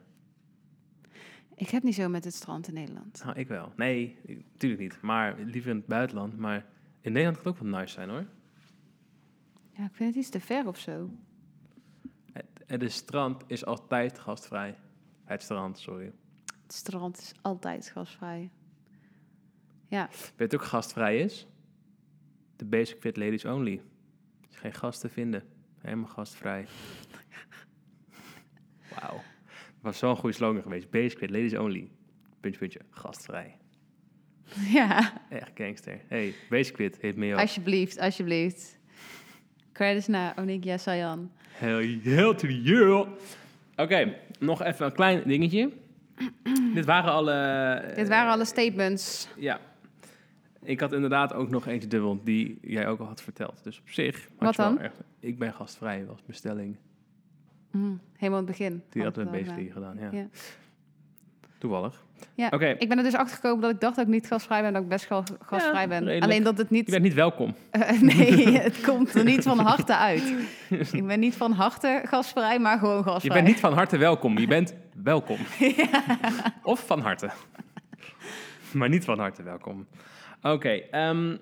[SPEAKER 1] Ik heb niet zo met het strand in Nederland.
[SPEAKER 2] Nou, ik wel. Nee, ik- natuurlijk niet. Maar liever in het buitenland. Maar in Nederland kan het ook wel nice zijn hoor.
[SPEAKER 1] Ja, ik vind het iets te ver of zo.
[SPEAKER 2] Het, het is strand is altijd gastvrij. Het strand, sorry.
[SPEAKER 1] Het strand is altijd gasvrij.
[SPEAKER 2] Weet je ook gastvrij is? De Basic Fit Ladies Only. Er is geen gast te vinden. Helemaal gastvrij. Wauw. was zo'n goede slogan geweest. Basic Fit Ladies Only. Puntje, puntje. Gastvrij.
[SPEAKER 1] Ja,
[SPEAKER 2] Echt gangster. Hey, Basic Fit heet me ook.
[SPEAKER 1] alsjeblieft, alsjeblieft. Credits naar Onikia Sayan.
[SPEAKER 2] Hell, hell to the yeah. Oké, nog even een klein dingetje. Dit waren alle...
[SPEAKER 1] Dit
[SPEAKER 2] Eh,
[SPEAKER 1] waren alle statements.
[SPEAKER 2] Ja. Ik had inderdaad ook nog eentje dubbel die jij ook al had verteld. Dus op zich... had
[SPEAKER 1] Wat
[SPEAKER 2] je wel
[SPEAKER 1] dan?
[SPEAKER 2] echt- ik ben gastvrij, was mijn stelling.
[SPEAKER 1] Mhm, helemaal aan het begin.
[SPEAKER 2] Die
[SPEAKER 1] had
[SPEAKER 2] hadden
[SPEAKER 1] ik
[SPEAKER 2] we
[SPEAKER 1] Oh, wel
[SPEAKER 2] een
[SPEAKER 1] gedaan.
[SPEAKER 2] beetje gedaan, ja.
[SPEAKER 1] Ja.
[SPEAKER 2] Toevallig.
[SPEAKER 1] Ja,
[SPEAKER 2] Oké,
[SPEAKER 1] Ik ben er dus achter gekomen dat ik dacht dat ik niet gasvrij ben, dat ik best wel gasvrij
[SPEAKER 2] Ja,
[SPEAKER 1] ben.
[SPEAKER 2] redelijk.
[SPEAKER 1] Alleen dat het niet.
[SPEAKER 2] je bent niet welkom.
[SPEAKER 1] Eh, nee, het komt er niet van harte uit. Ik ben niet van harte gasvrij, maar gewoon
[SPEAKER 2] Je
[SPEAKER 1] gasvrij.
[SPEAKER 2] bent niet van harte welkom. Je bent welkom. Of van harte. Maar niet van harte welkom. Oké. ehm,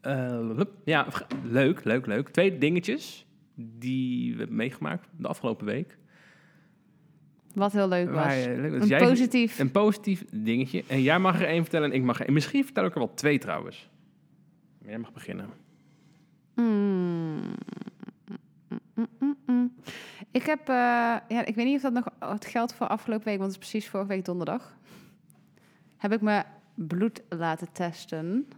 [SPEAKER 2] eh, lup. ja, g- leuk, leuk, leuk. Twee dingetjes die we hebben meegemaakt de afgelopen week.
[SPEAKER 1] Wat heel leuk was.
[SPEAKER 2] Waar je- leuk, dat
[SPEAKER 1] een
[SPEAKER 2] eh, dus jij-
[SPEAKER 1] positief.
[SPEAKER 2] een positief dingetje. En jij mag er één vertellen en ik mag er één. Misschien vertel ik er wel twee trouwens. Maar Jij mag beginnen.
[SPEAKER 1] Mm. Mm, mm, mm. Ik heb, eh, ja, ik weet niet of dat nog het geldt voor afgelopen week, want het is precies vorige week donderdag. Heb ik mijn bloed laten testen.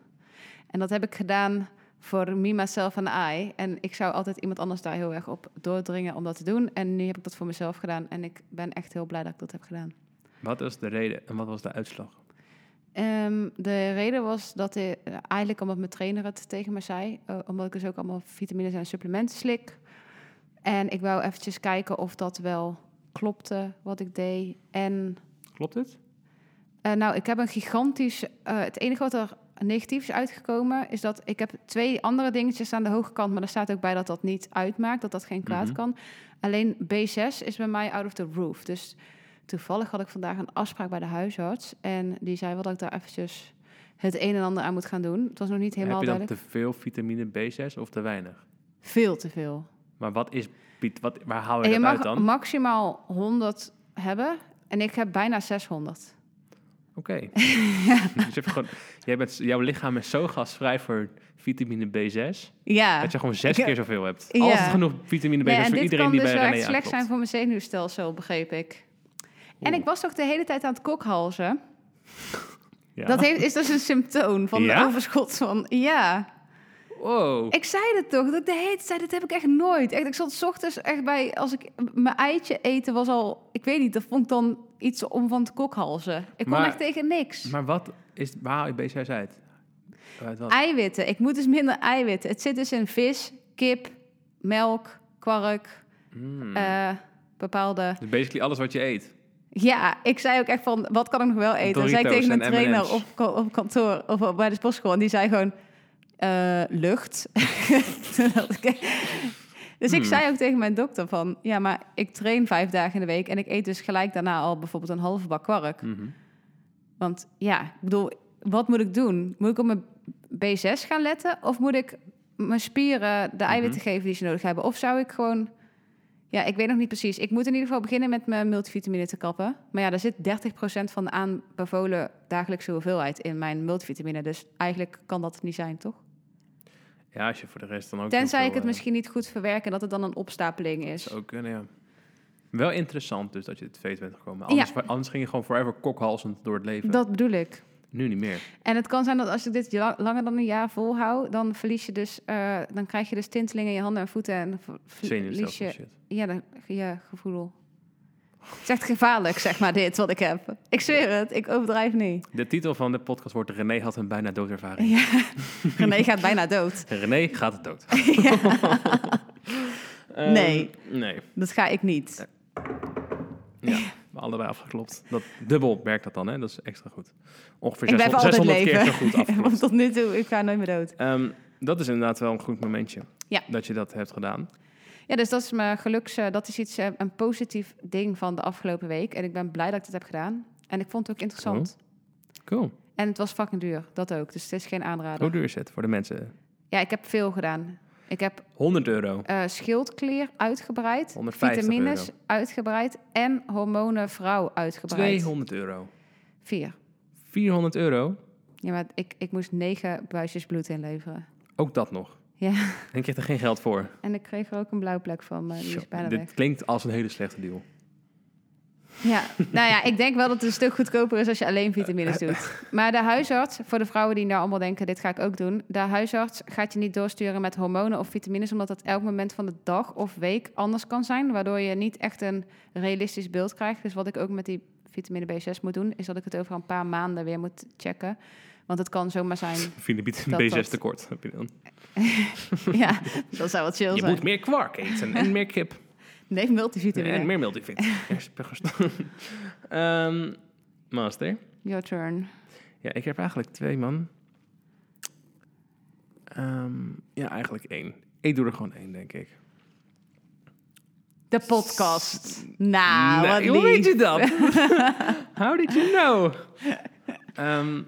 [SPEAKER 1] En dat heb ik gedaan voor me, myself en I. En ik zou altijd iemand anders daar heel erg op doordringen om dat te doen. En nu heb ik dat voor mezelf gedaan. En ik ben echt heel blij dat ik dat heb gedaan.
[SPEAKER 2] Wat was de reden en wat was de uitslag?
[SPEAKER 1] Ehm, de reden was dat eh, eigenlijk omdat mijn trainer het tegen me zei. eh, omdat ik dus ook allemaal vitamines en supplementen slik. En ik wou eventjes kijken of dat wel klopte wat ik deed. En
[SPEAKER 2] Klopt het?
[SPEAKER 1] eh, nou, ik heb een gigantisch... eh, het enige wat er negatief is uitgekomen... is dat ik heb twee andere dingetjes aan de hoge kant... maar er staat ook bij dat dat niet uitmaakt. Dat dat geen kwaad
[SPEAKER 2] Mhm.
[SPEAKER 1] kan. Alleen B6 is bij mij out of the roof. Dus toevallig had ik vandaag een afspraak bij de huisarts... en die zei wel dat ik daar eventjes het een en ander aan moet gaan doen. Het was nog niet helemaal
[SPEAKER 2] Heb je dan
[SPEAKER 1] duidelijk.
[SPEAKER 2] te veel vitamine B6 of te weinig?
[SPEAKER 1] Veel te veel.
[SPEAKER 2] Maar wat is, Piet, wat, waar haal je,
[SPEAKER 1] en je
[SPEAKER 2] dat
[SPEAKER 1] mag
[SPEAKER 2] uit dan?
[SPEAKER 1] maximaal 100 hebben... en ik heb bijna 600.
[SPEAKER 2] Oké. Dus je hebt gewoon, jij bent, jouw lichaam is zo gasvrij voor vitamine B6...
[SPEAKER 1] Ja.
[SPEAKER 2] dat je gewoon zes
[SPEAKER 1] Ja.
[SPEAKER 2] keer zoveel hebt.
[SPEAKER 1] Ja.
[SPEAKER 2] Altijd genoeg vitamine B6
[SPEAKER 1] Nee, en
[SPEAKER 2] voor
[SPEAKER 1] dit
[SPEAKER 2] iedereen
[SPEAKER 1] kan
[SPEAKER 2] die
[SPEAKER 1] dus
[SPEAKER 2] bij
[SPEAKER 1] wel
[SPEAKER 2] René
[SPEAKER 1] echt slecht zijn
[SPEAKER 2] aanklopt.
[SPEAKER 1] voor mijn zenuwstelsel, begreep ik. En
[SPEAKER 2] Oeh.
[SPEAKER 1] ik was toch de hele tijd aan het kokhalzen.
[SPEAKER 2] Ja.
[SPEAKER 1] Dat heeft, is dus een symptoom van
[SPEAKER 2] Ja?
[SPEAKER 1] overschot van... Ja,
[SPEAKER 2] Wow.
[SPEAKER 1] ik zei dat toch. Dat ik de hele tijd, dat heb ik echt nooit. Echt, ik zat 's ochtends echt bij... Als ik mijn eitje eten was al... Ik weet niet, dat vond ik dan iets om van te kokhalzen. Ik kon
[SPEAKER 2] Maar-
[SPEAKER 1] echt tegen niks.
[SPEAKER 2] Maar wat is, waar haal je B6 uit? Uit wat?
[SPEAKER 1] Eiwitten. Ik moet dus minder eiwitten. Het zit dus in vis, kip, melk, kwark,
[SPEAKER 2] Mm.
[SPEAKER 1] eh, bepaalde...
[SPEAKER 2] dus basically alles wat je eet.
[SPEAKER 1] Ja, ik zei ook echt van, wat kan ik nog wel eten? Dan zei ik
[SPEAKER 2] Doritos
[SPEAKER 1] tegen een
[SPEAKER 2] en
[SPEAKER 1] trainer
[SPEAKER 2] M&M's.
[SPEAKER 1] op, ka- op kantoor, of op- bij de sportschool, en die zei gewoon, eh, lucht. Toen dacht ik, dus ik
[SPEAKER 2] Hmm.
[SPEAKER 1] zei ook tegen mijn dokter van, ja, maar ik train vijf dagen in de week en ik eet dus gelijk daarna al bijvoorbeeld een halve bak kwark.
[SPEAKER 2] Mhm.
[SPEAKER 1] Want ja, ik bedoel, wat moet ik doen? Moet ik op mijn B6 gaan letten? Of moet ik mijn spieren de eiwitten geven die ze nodig hebben? Of zou ik gewoon... Ja, ik weet nog niet precies. Ik moet in ieder geval beginnen met mijn multivitamine te kappen. Maar ja, daar zit 30% van de aanbevolen dagelijkse hoeveelheid in mijn multivitamine. Dus eigenlijk kan dat het niet zijn, toch?
[SPEAKER 2] Ja, als je voor de rest dan ook...
[SPEAKER 1] Tenzij
[SPEAKER 2] heel
[SPEAKER 1] ik het
[SPEAKER 2] veel, eh,
[SPEAKER 1] misschien niet goed verwerk en dat het dan een opstapeling is.
[SPEAKER 2] Zou kunnen, ja. Wel interessant dus dat je dit feest bent gekomen. Anders, anders ging je gewoon forever kokhalsend door het leven.
[SPEAKER 1] Dat bedoel ik.
[SPEAKER 2] Nu niet meer.
[SPEAKER 1] En het kan zijn dat als ik dit la- langer dan een jaar volhoud, dan verlies je dus, eh, dan krijg je dus tintelingen in je handen en voeten en ver- verlies
[SPEAKER 2] Zenuwstelsel
[SPEAKER 1] je,
[SPEAKER 2] shit.
[SPEAKER 1] ja, dan, je gevoel. Het is echt gevaarlijk, zeg maar, dit wat ik heb. Ik zweer het, ik overdrijf niet.
[SPEAKER 2] De titel van de podcast wordt René had een bijna doodervaring.
[SPEAKER 1] Ja, René gaat bijna dood.
[SPEAKER 2] René gaat dood.
[SPEAKER 1] Ja,
[SPEAKER 2] Ehm,
[SPEAKER 1] Nee.
[SPEAKER 2] Nee.
[SPEAKER 1] dat ga ik niet.
[SPEAKER 2] Ja, we allebei afgeklopt. Dat, dubbel werkt dat dan, hè? Dat is extra goed. Ongeveer
[SPEAKER 1] Ik blijf
[SPEAKER 2] 600,
[SPEAKER 1] altijd
[SPEAKER 2] 600 keer zo goed
[SPEAKER 1] leven.
[SPEAKER 2] afgeklopt.
[SPEAKER 1] Want tot nu toe, ik ga nooit meer dood.
[SPEAKER 2] Ehm, dat is inderdaad wel een goed momentje.
[SPEAKER 1] Ja.
[SPEAKER 2] Dat je dat hebt gedaan.
[SPEAKER 1] Ja, dus dat is mijn geluks... eh, dat is iets, eh, een positief ding van de afgelopen week. En ik ben blij dat ik dat heb gedaan. En ik vond het ook interessant.
[SPEAKER 2] Cool.
[SPEAKER 1] En het was fucking duur, dat ook. Dus het is geen aanrader.
[SPEAKER 2] Hoe duur is het voor de mensen?
[SPEAKER 1] Ja, ik heb veel gedaan. Ik heb
[SPEAKER 2] 100 euro.
[SPEAKER 1] eh, schildklier uitgebreid,
[SPEAKER 2] 150
[SPEAKER 1] vitamines
[SPEAKER 2] euro.
[SPEAKER 1] uitgebreid en hormonen vrouw uitgebreid.
[SPEAKER 2] 200 euro.
[SPEAKER 1] Vier.
[SPEAKER 2] 400 euro.
[SPEAKER 1] Ja, maar ik, ik moest negen buisjes bloed inleveren.
[SPEAKER 2] Ook dat nog.
[SPEAKER 1] Ja,
[SPEAKER 2] En ik kreeg er geen geld voor.
[SPEAKER 1] en ik kreeg er ook een blauwplek van, maar die
[SPEAKER 2] Zo,
[SPEAKER 1] is bijna
[SPEAKER 2] dit
[SPEAKER 1] weg.
[SPEAKER 2] klinkt als een hele slechte deal.
[SPEAKER 1] Ja, nou ja, ik denk wel dat het een stuk goedkoper is als je alleen vitamines
[SPEAKER 2] Eh,
[SPEAKER 1] doet. Maar de huisarts, voor de vrouwen die nou allemaal denken, dit ga ik ook doen. De huisarts gaat je niet doorsturen met hormonen of vitamines, omdat dat elk moment van de dag of week anders kan zijn. Waardoor je niet echt een realistisch beeld krijgt. Dus wat ik ook met die vitamine B6 moet doen, is dat ik het over een paar maanden weer moet checken. Want het kan zomaar zijn.
[SPEAKER 2] Vrienden biedt
[SPEAKER 1] Dat
[SPEAKER 2] een B6
[SPEAKER 1] dat.
[SPEAKER 2] tekort. Heb je dan.
[SPEAKER 1] ja, dat zou wat chill
[SPEAKER 2] Je
[SPEAKER 1] zijn.
[SPEAKER 2] moet meer kwark eten en meer kip.
[SPEAKER 1] Nee, multivitamine.
[SPEAKER 2] En meer multivit. Ehm master.
[SPEAKER 1] Your turn.
[SPEAKER 2] Ja, ik heb eigenlijk twee, man. Ehm, ja, eigenlijk één. Ik doe er gewoon één, denk ik.
[SPEAKER 1] De podcast. Nou,
[SPEAKER 2] Nee,
[SPEAKER 1] wat
[SPEAKER 2] hoe weet
[SPEAKER 1] lief.
[SPEAKER 2] je dat? How did you know? Ehm,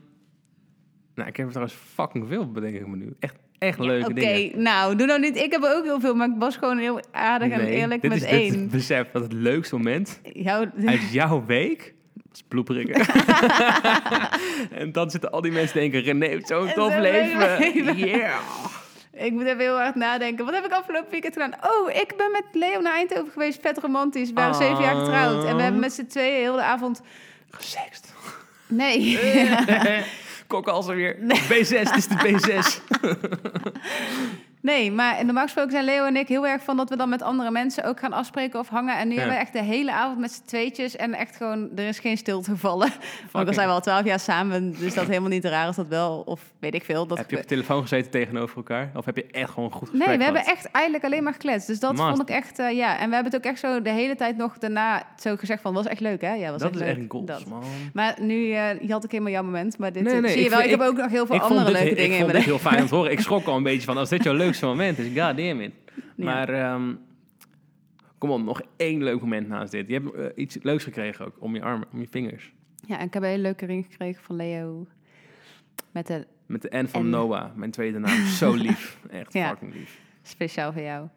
[SPEAKER 2] nou, ik heb er trouwens fucking veel, bedenk ik me nu. Echt, echt leuke
[SPEAKER 1] Oké,
[SPEAKER 2] dingen.
[SPEAKER 1] nou, doe nou niet. Ik heb er ook heel veel, maar ik was gewoon heel aardig en
[SPEAKER 2] Nee,
[SPEAKER 1] eerlijk
[SPEAKER 2] dit
[SPEAKER 1] met
[SPEAKER 2] is, Dit is
[SPEAKER 1] één.
[SPEAKER 2] het besef dat het leukste moment
[SPEAKER 1] Jou,
[SPEAKER 2] uit jouw week was bloeperikken. en dan zitten al die mensen denken, René heeft zo'n
[SPEAKER 1] En
[SPEAKER 2] tof
[SPEAKER 1] zo'n leuk
[SPEAKER 2] leven.
[SPEAKER 1] leven.
[SPEAKER 2] Yeah.
[SPEAKER 1] ik moet even heel hard nadenken. Wat heb ik afgelopen weekend gedaan? Oh, ik ben met Leo naar Eindhoven geweest. Vet romantisch. We waren
[SPEAKER 2] Ah.
[SPEAKER 1] zeven jaar getrouwd. En we hebben met z'n tweeën heel de avond...
[SPEAKER 2] Gesext.
[SPEAKER 1] Nee.
[SPEAKER 2] Kokhalzen weer. B6, het is de B6.
[SPEAKER 1] Nee, maar normaal gesproken zijn Leo en ik heel erg van dat we dan met andere mensen ook gaan afspreken of hangen. En nu
[SPEAKER 2] Ja.
[SPEAKER 1] hebben we echt de hele avond met z'n tweetjes en echt gewoon, er is geen stilte gevallen. Ook al
[SPEAKER 2] Fucking-
[SPEAKER 1] zijn we al twaalf jaar samen, dus dat helemaal niet raar is dat wel, of weet ik veel. Dat
[SPEAKER 2] Heb je op
[SPEAKER 1] gebe-
[SPEAKER 2] de telefoon gezeten tegenover elkaar? Of heb je echt gewoon een goed gesprek
[SPEAKER 1] Nee, we hebben
[SPEAKER 2] gehad?
[SPEAKER 1] echt eigenlijk alleen maar gekletst. Dus dat
[SPEAKER 2] Mast.
[SPEAKER 1] vond ik echt, eh, ja. En we hebben het ook echt zo de hele tijd nog daarna zo gezegd van, was echt leuk hè? Ja, was
[SPEAKER 2] Dat is
[SPEAKER 1] leuk.
[SPEAKER 2] echt een goals,
[SPEAKER 1] Dat.
[SPEAKER 2] man.
[SPEAKER 1] Maar nu, eh, je had ook helemaal jouw moment, maar dit
[SPEAKER 2] Nee,
[SPEAKER 1] eh,
[SPEAKER 2] nee,
[SPEAKER 1] zie
[SPEAKER 2] ik
[SPEAKER 1] je wel. Ik,
[SPEAKER 2] vind-
[SPEAKER 1] heb ook nog heel veel
[SPEAKER 2] Ik vond
[SPEAKER 1] andere
[SPEAKER 2] dit-
[SPEAKER 1] leuke
[SPEAKER 2] ik-
[SPEAKER 1] dingen in
[SPEAKER 2] ik vond
[SPEAKER 1] mijn
[SPEAKER 2] dit heel fijn om te horen. Ik schrok al een beetje van, als dit jouw leukste moment is, god damn it.
[SPEAKER 1] Ja.
[SPEAKER 2] Maar ehm, kom op, nog één leuk moment naast dit. Je hebt eh, iets leuks gekregen ook, om je armen, om je vingers.
[SPEAKER 1] Ja, en ik heb een hele leuke ring gekregen van Leo. Met een
[SPEAKER 2] Met de N van
[SPEAKER 1] En-
[SPEAKER 2] Noah, mijn tweede naam. Zo lief. Echt
[SPEAKER 1] Ja.
[SPEAKER 2] fucking lief.
[SPEAKER 1] speciaal voor jou.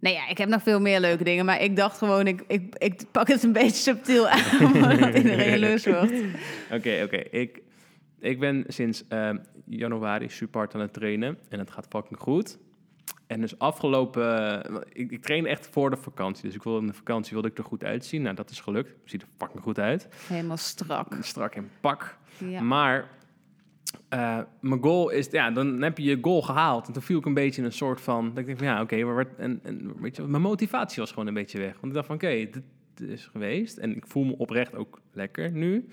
[SPEAKER 1] Nee, ja, ik heb nog veel meer leuke dingen. Maar ik dacht gewoon, ik, ik, ik pak het een beetje subtiel aan. Omdat iedereen lus wordt.
[SPEAKER 2] Oké, oké. Ik, ik ben sinds ehm, januari super hard aan het trainen. En het gaat fucking goed. En dus afgelopen... eh, ik, ik train echt voor de vakantie. Dus ik wilde in de vakantie wilde ik er goed uitzien. Nou, dat is gelukt. Ziet er fucking goed uit.
[SPEAKER 1] Helemaal strak.
[SPEAKER 2] Strak in pak.
[SPEAKER 1] Ja.
[SPEAKER 2] Maar eh, mijn goal is... Ja, dan heb je je goal gehaald. En toen viel ik een beetje in een soort van... Dat ik denk van, ja, oké. maar wat- en, en, weet je, wat, mijn motivatie was gewoon een beetje weg. Want ik dacht van, oké, dit is geweest. En ik voel me oprecht ook lekker nu.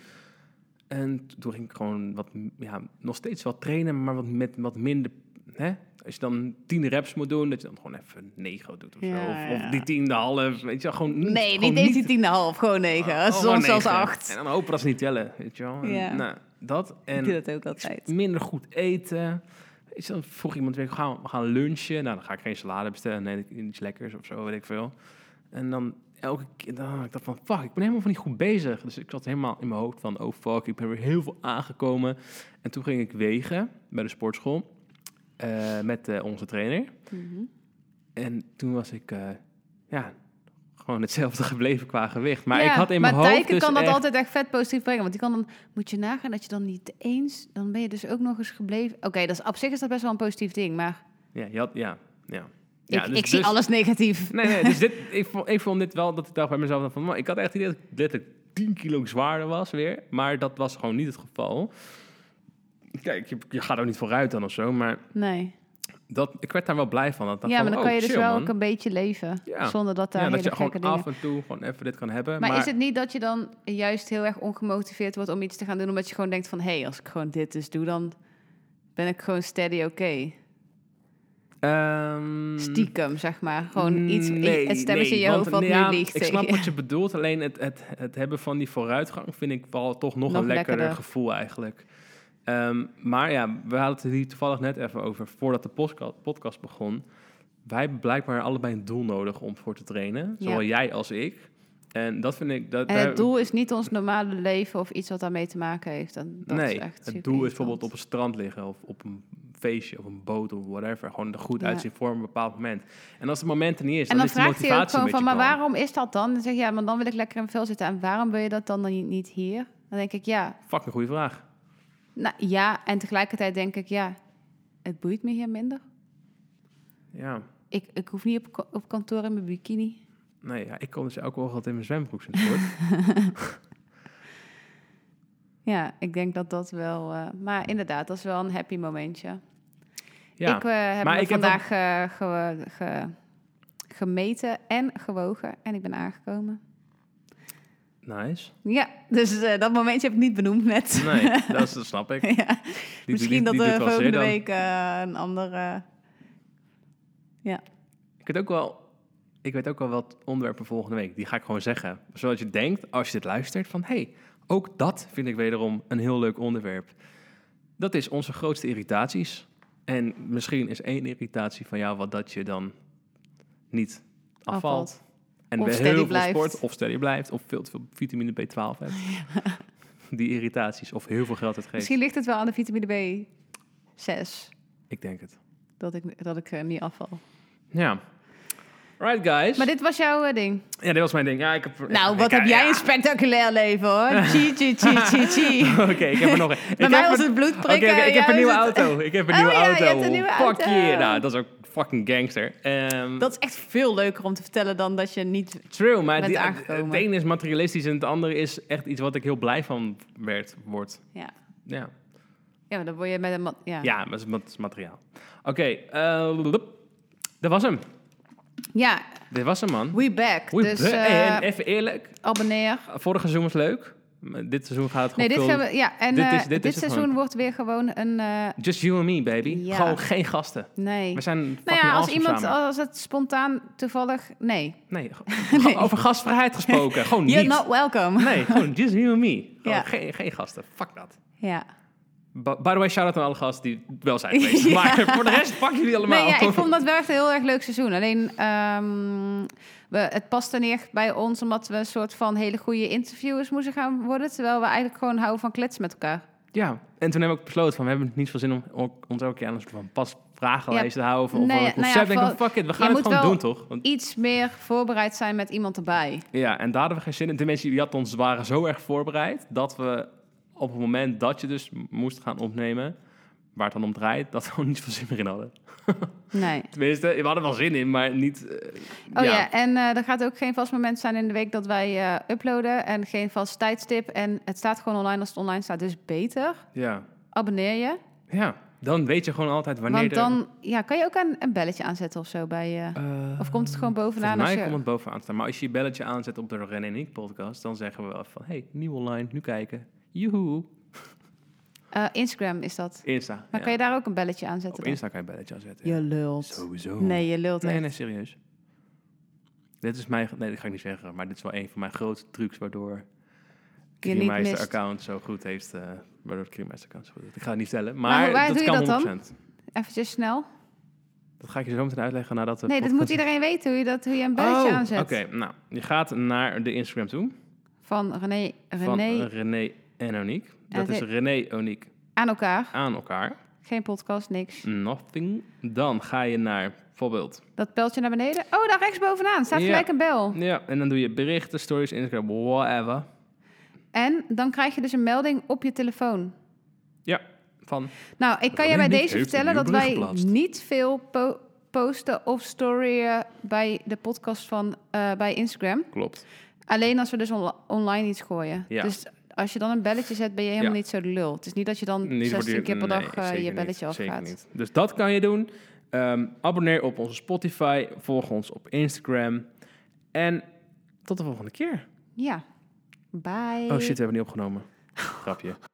[SPEAKER 2] En toen ging ik gewoon wat, ja, nog steeds wel trainen, maar wat, met wat minder... Hè? Als je dan tien reps moet doen, dat je dan gewoon even negen doet of zo.
[SPEAKER 1] Ja,
[SPEAKER 2] Of,
[SPEAKER 1] ja.
[SPEAKER 2] of die tiende half, weet je wel. Gewoon, niet-
[SPEAKER 1] Nee,
[SPEAKER 2] gewoon
[SPEAKER 1] niet eens die tiende half. Gewoon negen.
[SPEAKER 2] Oh,
[SPEAKER 1] soms
[SPEAKER 2] maar
[SPEAKER 1] zelfs
[SPEAKER 2] negen.
[SPEAKER 1] acht.
[SPEAKER 2] En dan hopen dat ze niet tellen, weet je wel. En,
[SPEAKER 1] Ja.
[SPEAKER 2] Nou, dat.
[SPEAKER 1] Ik doe
[SPEAKER 2] En
[SPEAKER 1] dat ook altijd.
[SPEAKER 2] minder goed eten. Weet je, dan vroeg iemand, weet ik, gaan, we gaan lunchen. Nou, dan ga ik geen salade bestellen. Nee, iets lekkers of zo, weet ik veel. En dan elke keer, dan had ik dacht van, fuck, ik ben helemaal van niet goed bezig. Dus ik zat helemaal in mijn hoofd van, oh fuck, ik ben weer heel veel aangekomen. En toen ging ik wegen bij de sportschool eh, met eh, onze trainer.
[SPEAKER 1] Mhm.
[SPEAKER 2] En toen was ik, eh, ja, gewoon hetzelfde gebleven qua gewicht. Maar ik
[SPEAKER 1] Ja,
[SPEAKER 2] had in
[SPEAKER 1] maar
[SPEAKER 2] mijn hoofd
[SPEAKER 1] Tijken
[SPEAKER 2] dus
[SPEAKER 1] kan dat
[SPEAKER 2] echt-
[SPEAKER 1] altijd echt vet positief brengen. Want die kan dan, moet je nagaan dat je dan niet eens, dan ben je dus ook nog eens gebleven. Oké, dat is op zich is dat best wel een positief ding, maar
[SPEAKER 2] Ja, je had, ja, ja.
[SPEAKER 1] ik,
[SPEAKER 2] ja, dus-
[SPEAKER 1] ik zie
[SPEAKER 2] dus-
[SPEAKER 1] alles negatief.
[SPEAKER 2] Nee, nee, dus dit, ik, vond, ik vond dit wel dat ik dacht bij mezelf van, man, ik had echt het idee dat ik letterlijk 10 kilo zwaarder was weer. Maar dat was gewoon niet het geval. Kijk, je, je gaat ook niet vooruit dan of zo, maar
[SPEAKER 1] Nee.
[SPEAKER 2] dat, ik werd daar wel blij van. Dat ik dacht
[SPEAKER 1] Ja,
[SPEAKER 2] van,
[SPEAKER 1] maar dan
[SPEAKER 2] oh,
[SPEAKER 1] kan je dus
[SPEAKER 2] chill,
[SPEAKER 1] wel
[SPEAKER 2] man.
[SPEAKER 1] ook een beetje leven.
[SPEAKER 2] Ja.
[SPEAKER 1] Zonder dat daar
[SPEAKER 2] ja, dat
[SPEAKER 1] hele
[SPEAKER 2] je gewoon
[SPEAKER 1] gekke dingen...
[SPEAKER 2] af en toe gewoon even dit kan hebben.
[SPEAKER 1] Maar,
[SPEAKER 2] Maar,
[SPEAKER 1] is het niet dat je dan juist heel erg ongemotiveerd wordt om iets te gaan doen... omdat je gewoon denkt van... hé, hey, als ik gewoon dit dus doe, dan ben ik gewoon steady oké.
[SPEAKER 2] ehm,
[SPEAKER 1] Stiekem, zeg maar. Gewoon iets,
[SPEAKER 2] Nee,
[SPEAKER 1] het stemmetje in je
[SPEAKER 2] nee,
[SPEAKER 1] hoofd wat
[SPEAKER 2] want, ja,
[SPEAKER 1] nu liegt.
[SPEAKER 2] Ik snap
[SPEAKER 1] tegen
[SPEAKER 2] wat je bedoelt, alleen het, het, het hebben van die vooruitgang vind ik wel toch nog,
[SPEAKER 1] Nog
[SPEAKER 2] een lekkerder,
[SPEAKER 1] lekkerder.
[SPEAKER 2] gevoel eigenlijk. Ehm, maar ja, we hadden het hier toevallig net even over, voordat de postka- podcast begon. Wij hebben blijkbaar allebei een doel nodig om voor te trainen,
[SPEAKER 1] Ja.
[SPEAKER 2] zowel jij als ik. En dat vind ik... Dat,
[SPEAKER 1] En
[SPEAKER 2] daar-
[SPEAKER 1] het doel is niet ons normale leven of iets wat daarmee te maken heeft. En dat
[SPEAKER 2] nee,
[SPEAKER 1] is echt
[SPEAKER 2] het
[SPEAKER 1] super
[SPEAKER 2] doel is
[SPEAKER 1] irritant.
[SPEAKER 2] bijvoorbeeld op een strand liggen of op een feestje of een boot of whatever. Gewoon er goed
[SPEAKER 1] Ja.
[SPEAKER 2] uitzien voor een bepaald moment. En als het moment er niet
[SPEAKER 1] En
[SPEAKER 2] is, dan,
[SPEAKER 1] dan
[SPEAKER 2] is die
[SPEAKER 1] vraagt
[SPEAKER 2] motivatie
[SPEAKER 1] hij ook
[SPEAKER 2] een
[SPEAKER 1] gewoon
[SPEAKER 2] beetje
[SPEAKER 1] van, maar
[SPEAKER 2] klam.
[SPEAKER 1] waarom is dat dan? Dan zeg je, ja, maar dan wil ik lekker in veel zitten. En waarom wil je dat dan dan niet hier? Dan denk ik, ja,
[SPEAKER 2] Fucking goede vraag.
[SPEAKER 1] nou ja. En tegelijkertijd denk ik, ja, het boeit me hier minder.
[SPEAKER 2] Ja,
[SPEAKER 1] Ik, ik hoef niet op, ko- op kantoor in mijn bikini.
[SPEAKER 2] nee, ja, ik kom dus elke ochtend in mijn zwembroek sinds kort.
[SPEAKER 1] Ja, ik denk dat dat wel... eh, maar inderdaad, dat is wel een happy momentje.
[SPEAKER 2] Ja,
[SPEAKER 1] Ik eh, heb
[SPEAKER 2] Maar
[SPEAKER 1] me
[SPEAKER 2] ik heb
[SPEAKER 1] vandaag eh, ge- ge- gemeten en gewogen. En ik ben aangekomen.
[SPEAKER 2] nice.
[SPEAKER 1] Ja, dus eh, dat momentje heb ik niet benoemd net.
[SPEAKER 2] Nee, dat, is, dat snap ik. Die-
[SPEAKER 1] ja,
[SPEAKER 2] die-
[SPEAKER 1] misschien
[SPEAKER 2] die
[SPEAKER 1] dat
[SPEAKER 2] doet
[SPEAKER 1] er
[SPEAKER 2] wel zeer
[SPEAKER 1] volgende
[SPEAKER 2] dan.
[SPEAKER 1] week eh, een andere...
[SPEAKER 2] Ik weet ook wel... Ik weet ook wel wat onderwerpen volgende week. Die ga ik gewoon zeggen. Zodat je denkt, als je dit luistert, van... hey, ook dat vind ik wederom een heel leuk onderwerp. Dat is onze grootste irritaties. En misschien is één irritatie van jou wat dat je dan niet afvalt.
[SPEAKER 1] Afvalt.
[SPEAKER 2] En
[SPEAKER 1] Of
[SPEAKER 2] bij
[SPEAKER 1] steady
[SPEAKER 2] heel veel
[SPEAKER 1] blijft.
[SPEAKER 2] sport, of steady blijft, of veel te veel vitamine B12 hebt. Die irritaties, of heel veel geld uitgeeft.
[SPEAKER 1] Misschien ligt het wel aan de vitamine B6.
[SPEAKER 2] Ik denk het.
[SPEAKER 1] Dat ik, dat ik eh, niet afval.
[SPEAKER 2] Ja. Right, guys.
[SPEAKER 1] Maar dit was jouw eh, ding.
[SPEAKER 2] Ja, dit was mijn ding. Ja, ik heb...
[SPEAKER 1] Nou,
[SPEAKER 2] ik-
[SPEAKER 1] wat
[SPEAKER 2] ja,
[SPEAKER 1] heb jij
[SPEAKER 2] ja.
[SPEAKER 1] een spectaculair leven hoor. Chi, chi, chi, chi, chi.
[SPEAKER 2] Oké, ik heb er nog een.
[SPEAKER 1] Bij
[SPEAKER 2] ik
[SPEAKER 1] mij
[SPEAKER 2] heb
[SPEAKER 1] was
[SPEAKER 2] een-
[SPEAKER 1] het bloed
[SPEAKER 2] Oké,
[SPEAKER 1] prikken.
[SPEAKER 2] oké, ik heb
[SPEAKER 1] jou
[SPEAKER 2] een nieuwe
[SPEAKER 1] is het-
[SPEAKER 2] auto. Ik heb een
[SPEAKER 1] Oh
[SPEAKER 2] nieuwe
[SPEAKER 1] ja, je
[SPEAKER 2] auto.
[SPEAKER 1] hebt een nieuwe
[SPEAKER 2] Fuck
[SPEAKER 1] auto.
[SPEAKER 2] yeah. Nou, dat is ook fucking gangster. Ehm,
[SPEAKER 1] Dat is echt veel leuker om te vertellen dan dat je niet...
[SPEAKER 2] True, maar
[SPEAKER 1] bent
[SPEAKER 2] die-
[SPEAKER 1] aangekomen.
[SPEAKER 2] het ene is materialistisch en het andere is echt iets wat ik heel blij van werd, word.
[SPEAKER 1] Ja.
[SPEAKER 2] Ja.
[SPEAKER 1] Ja, maar dan word je met een... mat- Ja.
[SPEAKER 2] Ja, maar dat is- dat is materiaal. Oké, eh, loep. dat was hem.
[SPEAKER 1] Ja,
[SPEAKER 2] Dit was hem, man.
[SPEAKER 1] we back.
[SPEAKER 2] Oei,
[SPEAKER 1] dus
[SPEAKER 2] bruh. Hey, en
[SPEAKER 1] eh,
[SPEAKER 2] even eerlijk,
[SPEAKER 1] abonneer.
[SPEAKER 2] vorige seizoen was leuk. maar Dit seizoen gaat het
[SPEAKER 1] Nee,
[SPEAKER 2] gewoon
[SPEAKER 1] dit,
[SPEAKER 2] veel-
[SPEAKER 1] gaan we, ja, en
[SPEAKER 2] Dit
[SPEAKER 1] eh,
[SPEAKER 2] is-
[SPEAKER 1] dit,
[SPEAKER 2] dit is het
[SPEAKER 1] seizoen
[SPEAKER 2] gewoon.
[SPEAKER 1] wordt weer gewoon een... eh,
[SPEAKER 2] Just you and me, baby.
[SPEAKER 1] Ja.
[SPEAKER 2] Gewoon geen gasten.
[SPEAKER 1] nee.
[SPEAKER 2] We zijn
[SPEAKER 1] Nou
[SPEAKER 2] fucking
[SPEAKER 1] ja, als
[SPEAKER 2] awesome
[SPEAKER 1] iemand,
[SPEAKER 2] samen.
[SPEAKER 1] als het spontaan toevallig... Nee.
[SPEAKER 2] Nee, go- over gastvrijheid gesproken. Gewoon
[SPEAKER 1] You're
[SPEAKER 2] niet.
[SPEAKER 1] not welcome.
[SPEAKER 2] Nee, gewoon just you and me. Gewoon
[SPEAKER 1] Ja.
[SPEAKER 2] geen, geen gasten. Fuck dat.
[SPEAKER 1] Ja.
[SPEAKER 2] Bu- By the way, shout-out aan alle gasten die wel zijn geweest.
[SPEAKER 1] Ja.
[SPEAKER 2] Maar voor de rest, fuck jullie allemaal.
[SPEAKER 1] Nee, ja, ik vond dat wel echt een heel erg leuk seizoen. Alleen, ehm, we, het paste niet echt bij ons... omdat we een soort van hele goede interviewers moesten gaan worden... terwijl we eigenlijk gewoon houden van kletsen met elkaar.
[SPEAKER 2] Ja, en toen hebben we ook besloten van... we hebben niet veel zin om ook- ons elke keer aan een soort van pas vragenlijst te houden... of, of
[SPEAKER 1] Nee,
[SPEAKER 2] een
[SPEAKER 1] ja, nou ja,
[SPEAKER 2] concept. Ik denk ik van, fuck it, we gaan
[SPEAKER 1] je
[SPEAKER 2] het
[SPEAKER 1] moet
[SPEAKER 2] gewoon
[SPEAKER 1] wel-
[SPEAKER 2] doen, toch? Want,
[SPEAKER 1] Iets meer voorbereid zijn met iemand erbij.
[SPEAKER 2] ja, en daar hadden we geen zin in. Tenminste, die had ons waren zo erg voorbereid... dat we op het moment dat je dus moest gaan opnemen... waar het dan om draait, dat we gewoon niet veel zin meer in hadden.
[SPEAKER 1] Nee.
[SPEAKER 2] Tenminste, we hadden wel zin in, maar niet... eh,
[SPEAKER 1] Oh ja, en eh, er gaat ook geen vast moment zijn in de week dat wij eh, uploaden. En geen vast tijdstip. En het staat gewoon online als het online staat. Dus beter.
[SPEAKER 2] ja.
[SPEAKER 1] Abonneer je.
[SPEAKER 2] Ja, dan weet je gewoon altijd wanneer...
[SPEAKER 1] want
[SPEAKER 2] er-
[SPEAKER 1] dan ja, kan je ook een, een belletje aanzetten of zo. Bij, eh,
[SPEAKER 2] Eh,
[SPEAKER 1] of komt het gewoon bovenaan?
[SPEAKER 2] Volgens
[SPEAKER 1] Als
[SPEAKER 2] mij
[SPEAKER 1] je,
[SPEAKER 2] komt het bovenaan te staan. Maar als je je belletje aanzet op de René en ik podcast, dan zeggen we wel van... hey, nieuw online, nu kijken. Joehoe.
[SPEAKER 1] Eh, Instagram is dat.
[SPEAKER 2] Insta.
[SPEAKER 1] Maar
[SPEAKER 2] ja.
[SPEAKER 1] kan je daar ook een belletje aanzetten?
[SPEAKER 2] Op
[SPEAKER 1] dan?
[SPEAKER 2] Insta kan je een belletje aanzetten. ja.
[SPEAKER 1] Je lult.
[SPEAKER 2] Sowieso.
[SPEAKER 1] Nee, je lult
[SPEAKER 2] nee,
[SPEAKER 1] echt.
[SPEAKER 2] nee, serieus. Dit is mijn... Nee, dat ga ik niet zeggen. Maar dit is wel een van mijn grote trucs waardoor...
[SPEAKER 1] niet
[SPEAKER 2] Kriemeister
[SPEAKER 1] mist.
[SPEAKER 2] account zo goed heeft... eh, waardoor het Kriemeister account zo goed heeft. Ik ga het niet stellen. Maar,
[SPEAKER 1] Maar hoe- waar
[SPEAKER 2] dat
[SPEAKER 1] doe je
[SPEAKER 2] kan
[SPEAKER 1] dat dan?
[SPEAKER 2] 100%.
[SPEAKER 1] Eventjes snel.
[SPEAKER 2] Dat ga ik je zo meteen uitleggen nadat de
[SPEAKER 1] Nee, dat moet
[SPEAKER 2] podcast-
[SPEAKER 1] iedereen weten hoe je, dat, hoe je een belletje
[SPEAKER 2] Oh,
[SPEAKER 1] aanzet.
[SPEAKER 2] Oké, nou. Je gaat naar de Instagram toe.
[SPEAKER 1] Van René,
[SPEAKER 2] Van
[SPEAKER 1] René
[SPEAKER 2] René, en Oniek. Dat
[SPEAKER 1] het
[SPEAKER 2] is
[SPEAKER 1] heet-
[SPEAKER 2] René, Oniek
[SPEAKER 1] aan elkaar.
[SPEAKER 2] aan elkaar.
[SPEAKER 1] Geen podcast,
[SPEAKER 2] Hm.
[SPEAKER 1] niks.
[SPEAKER 2] Nothing. Dan ga je naar bijvoorbeeld.
[SPEAKER 1] Dat pijltje naar beneden. Oh, daar rechts bovenaan staat
[SPEAKER 2] Ja.
[SPEAKER 1] gelijk een bel.
[SPEAKER 2] Ja, en dan doe je berichten, stories, Instagram, whatever.
[SPEAKER 1] En dan krijg je dus een melding op je telefoon.
[SPEAKER 2] Ja, van.
[SPEAKER 1] Nou, ik kan
[SPEAKER 2] René
[SPEAKER 1] je bij
[SPEAKER 2] Niek
[SPEAKER 1] deze
[SPEAKER 2] heeft
[SPEAKER 1] vertellen
[SPEAKER 2] een nieuw
[SPEAKER 1] dat wij
[SPEAKER 2] bericht geplaatst.
[SPEAKER 1] niet veel po- posten of storyen bij de podcast van eh, bij Instagram.
[SPEAKER 2] Klopt.
[SPEAKER 1] Alleen als we dus onla- online iets gooien.
[SPEAKER 2] Ja.
[SPEAKER 1] Dus als je dan een belletje zet, ben je helemaal
[SPEAKER 2] Ja.
[SPEAKER 1] niet zo de lul. Het is niet dat je dan
[SPEAKER 2] Niet voor
[SPEAKER 1] 16
[SPEAKER 2] die-
[SPEAKER 1] keer per
[SPEAKER 2] nee,
[SPEAKER 1] dag eh,
[SPEAKER 2] zeker
[SPEAKER 1] je
[SPEAKER 2] niet,
[SPEAKER 1] belletje
[SPEAKER 2] zeker
[SPEAKER 1] afgaat.
[SPEAKER 2] niet. Dus dat kan je doen. Ehm, abonneer op onze Spotify. Volg ons op Instagram. En tot de volgende keer.
[SPEAKER 1] Ja. Bye.
[SPEAKER 2] Oh shit, we hebben niet opgenomen. Grapje.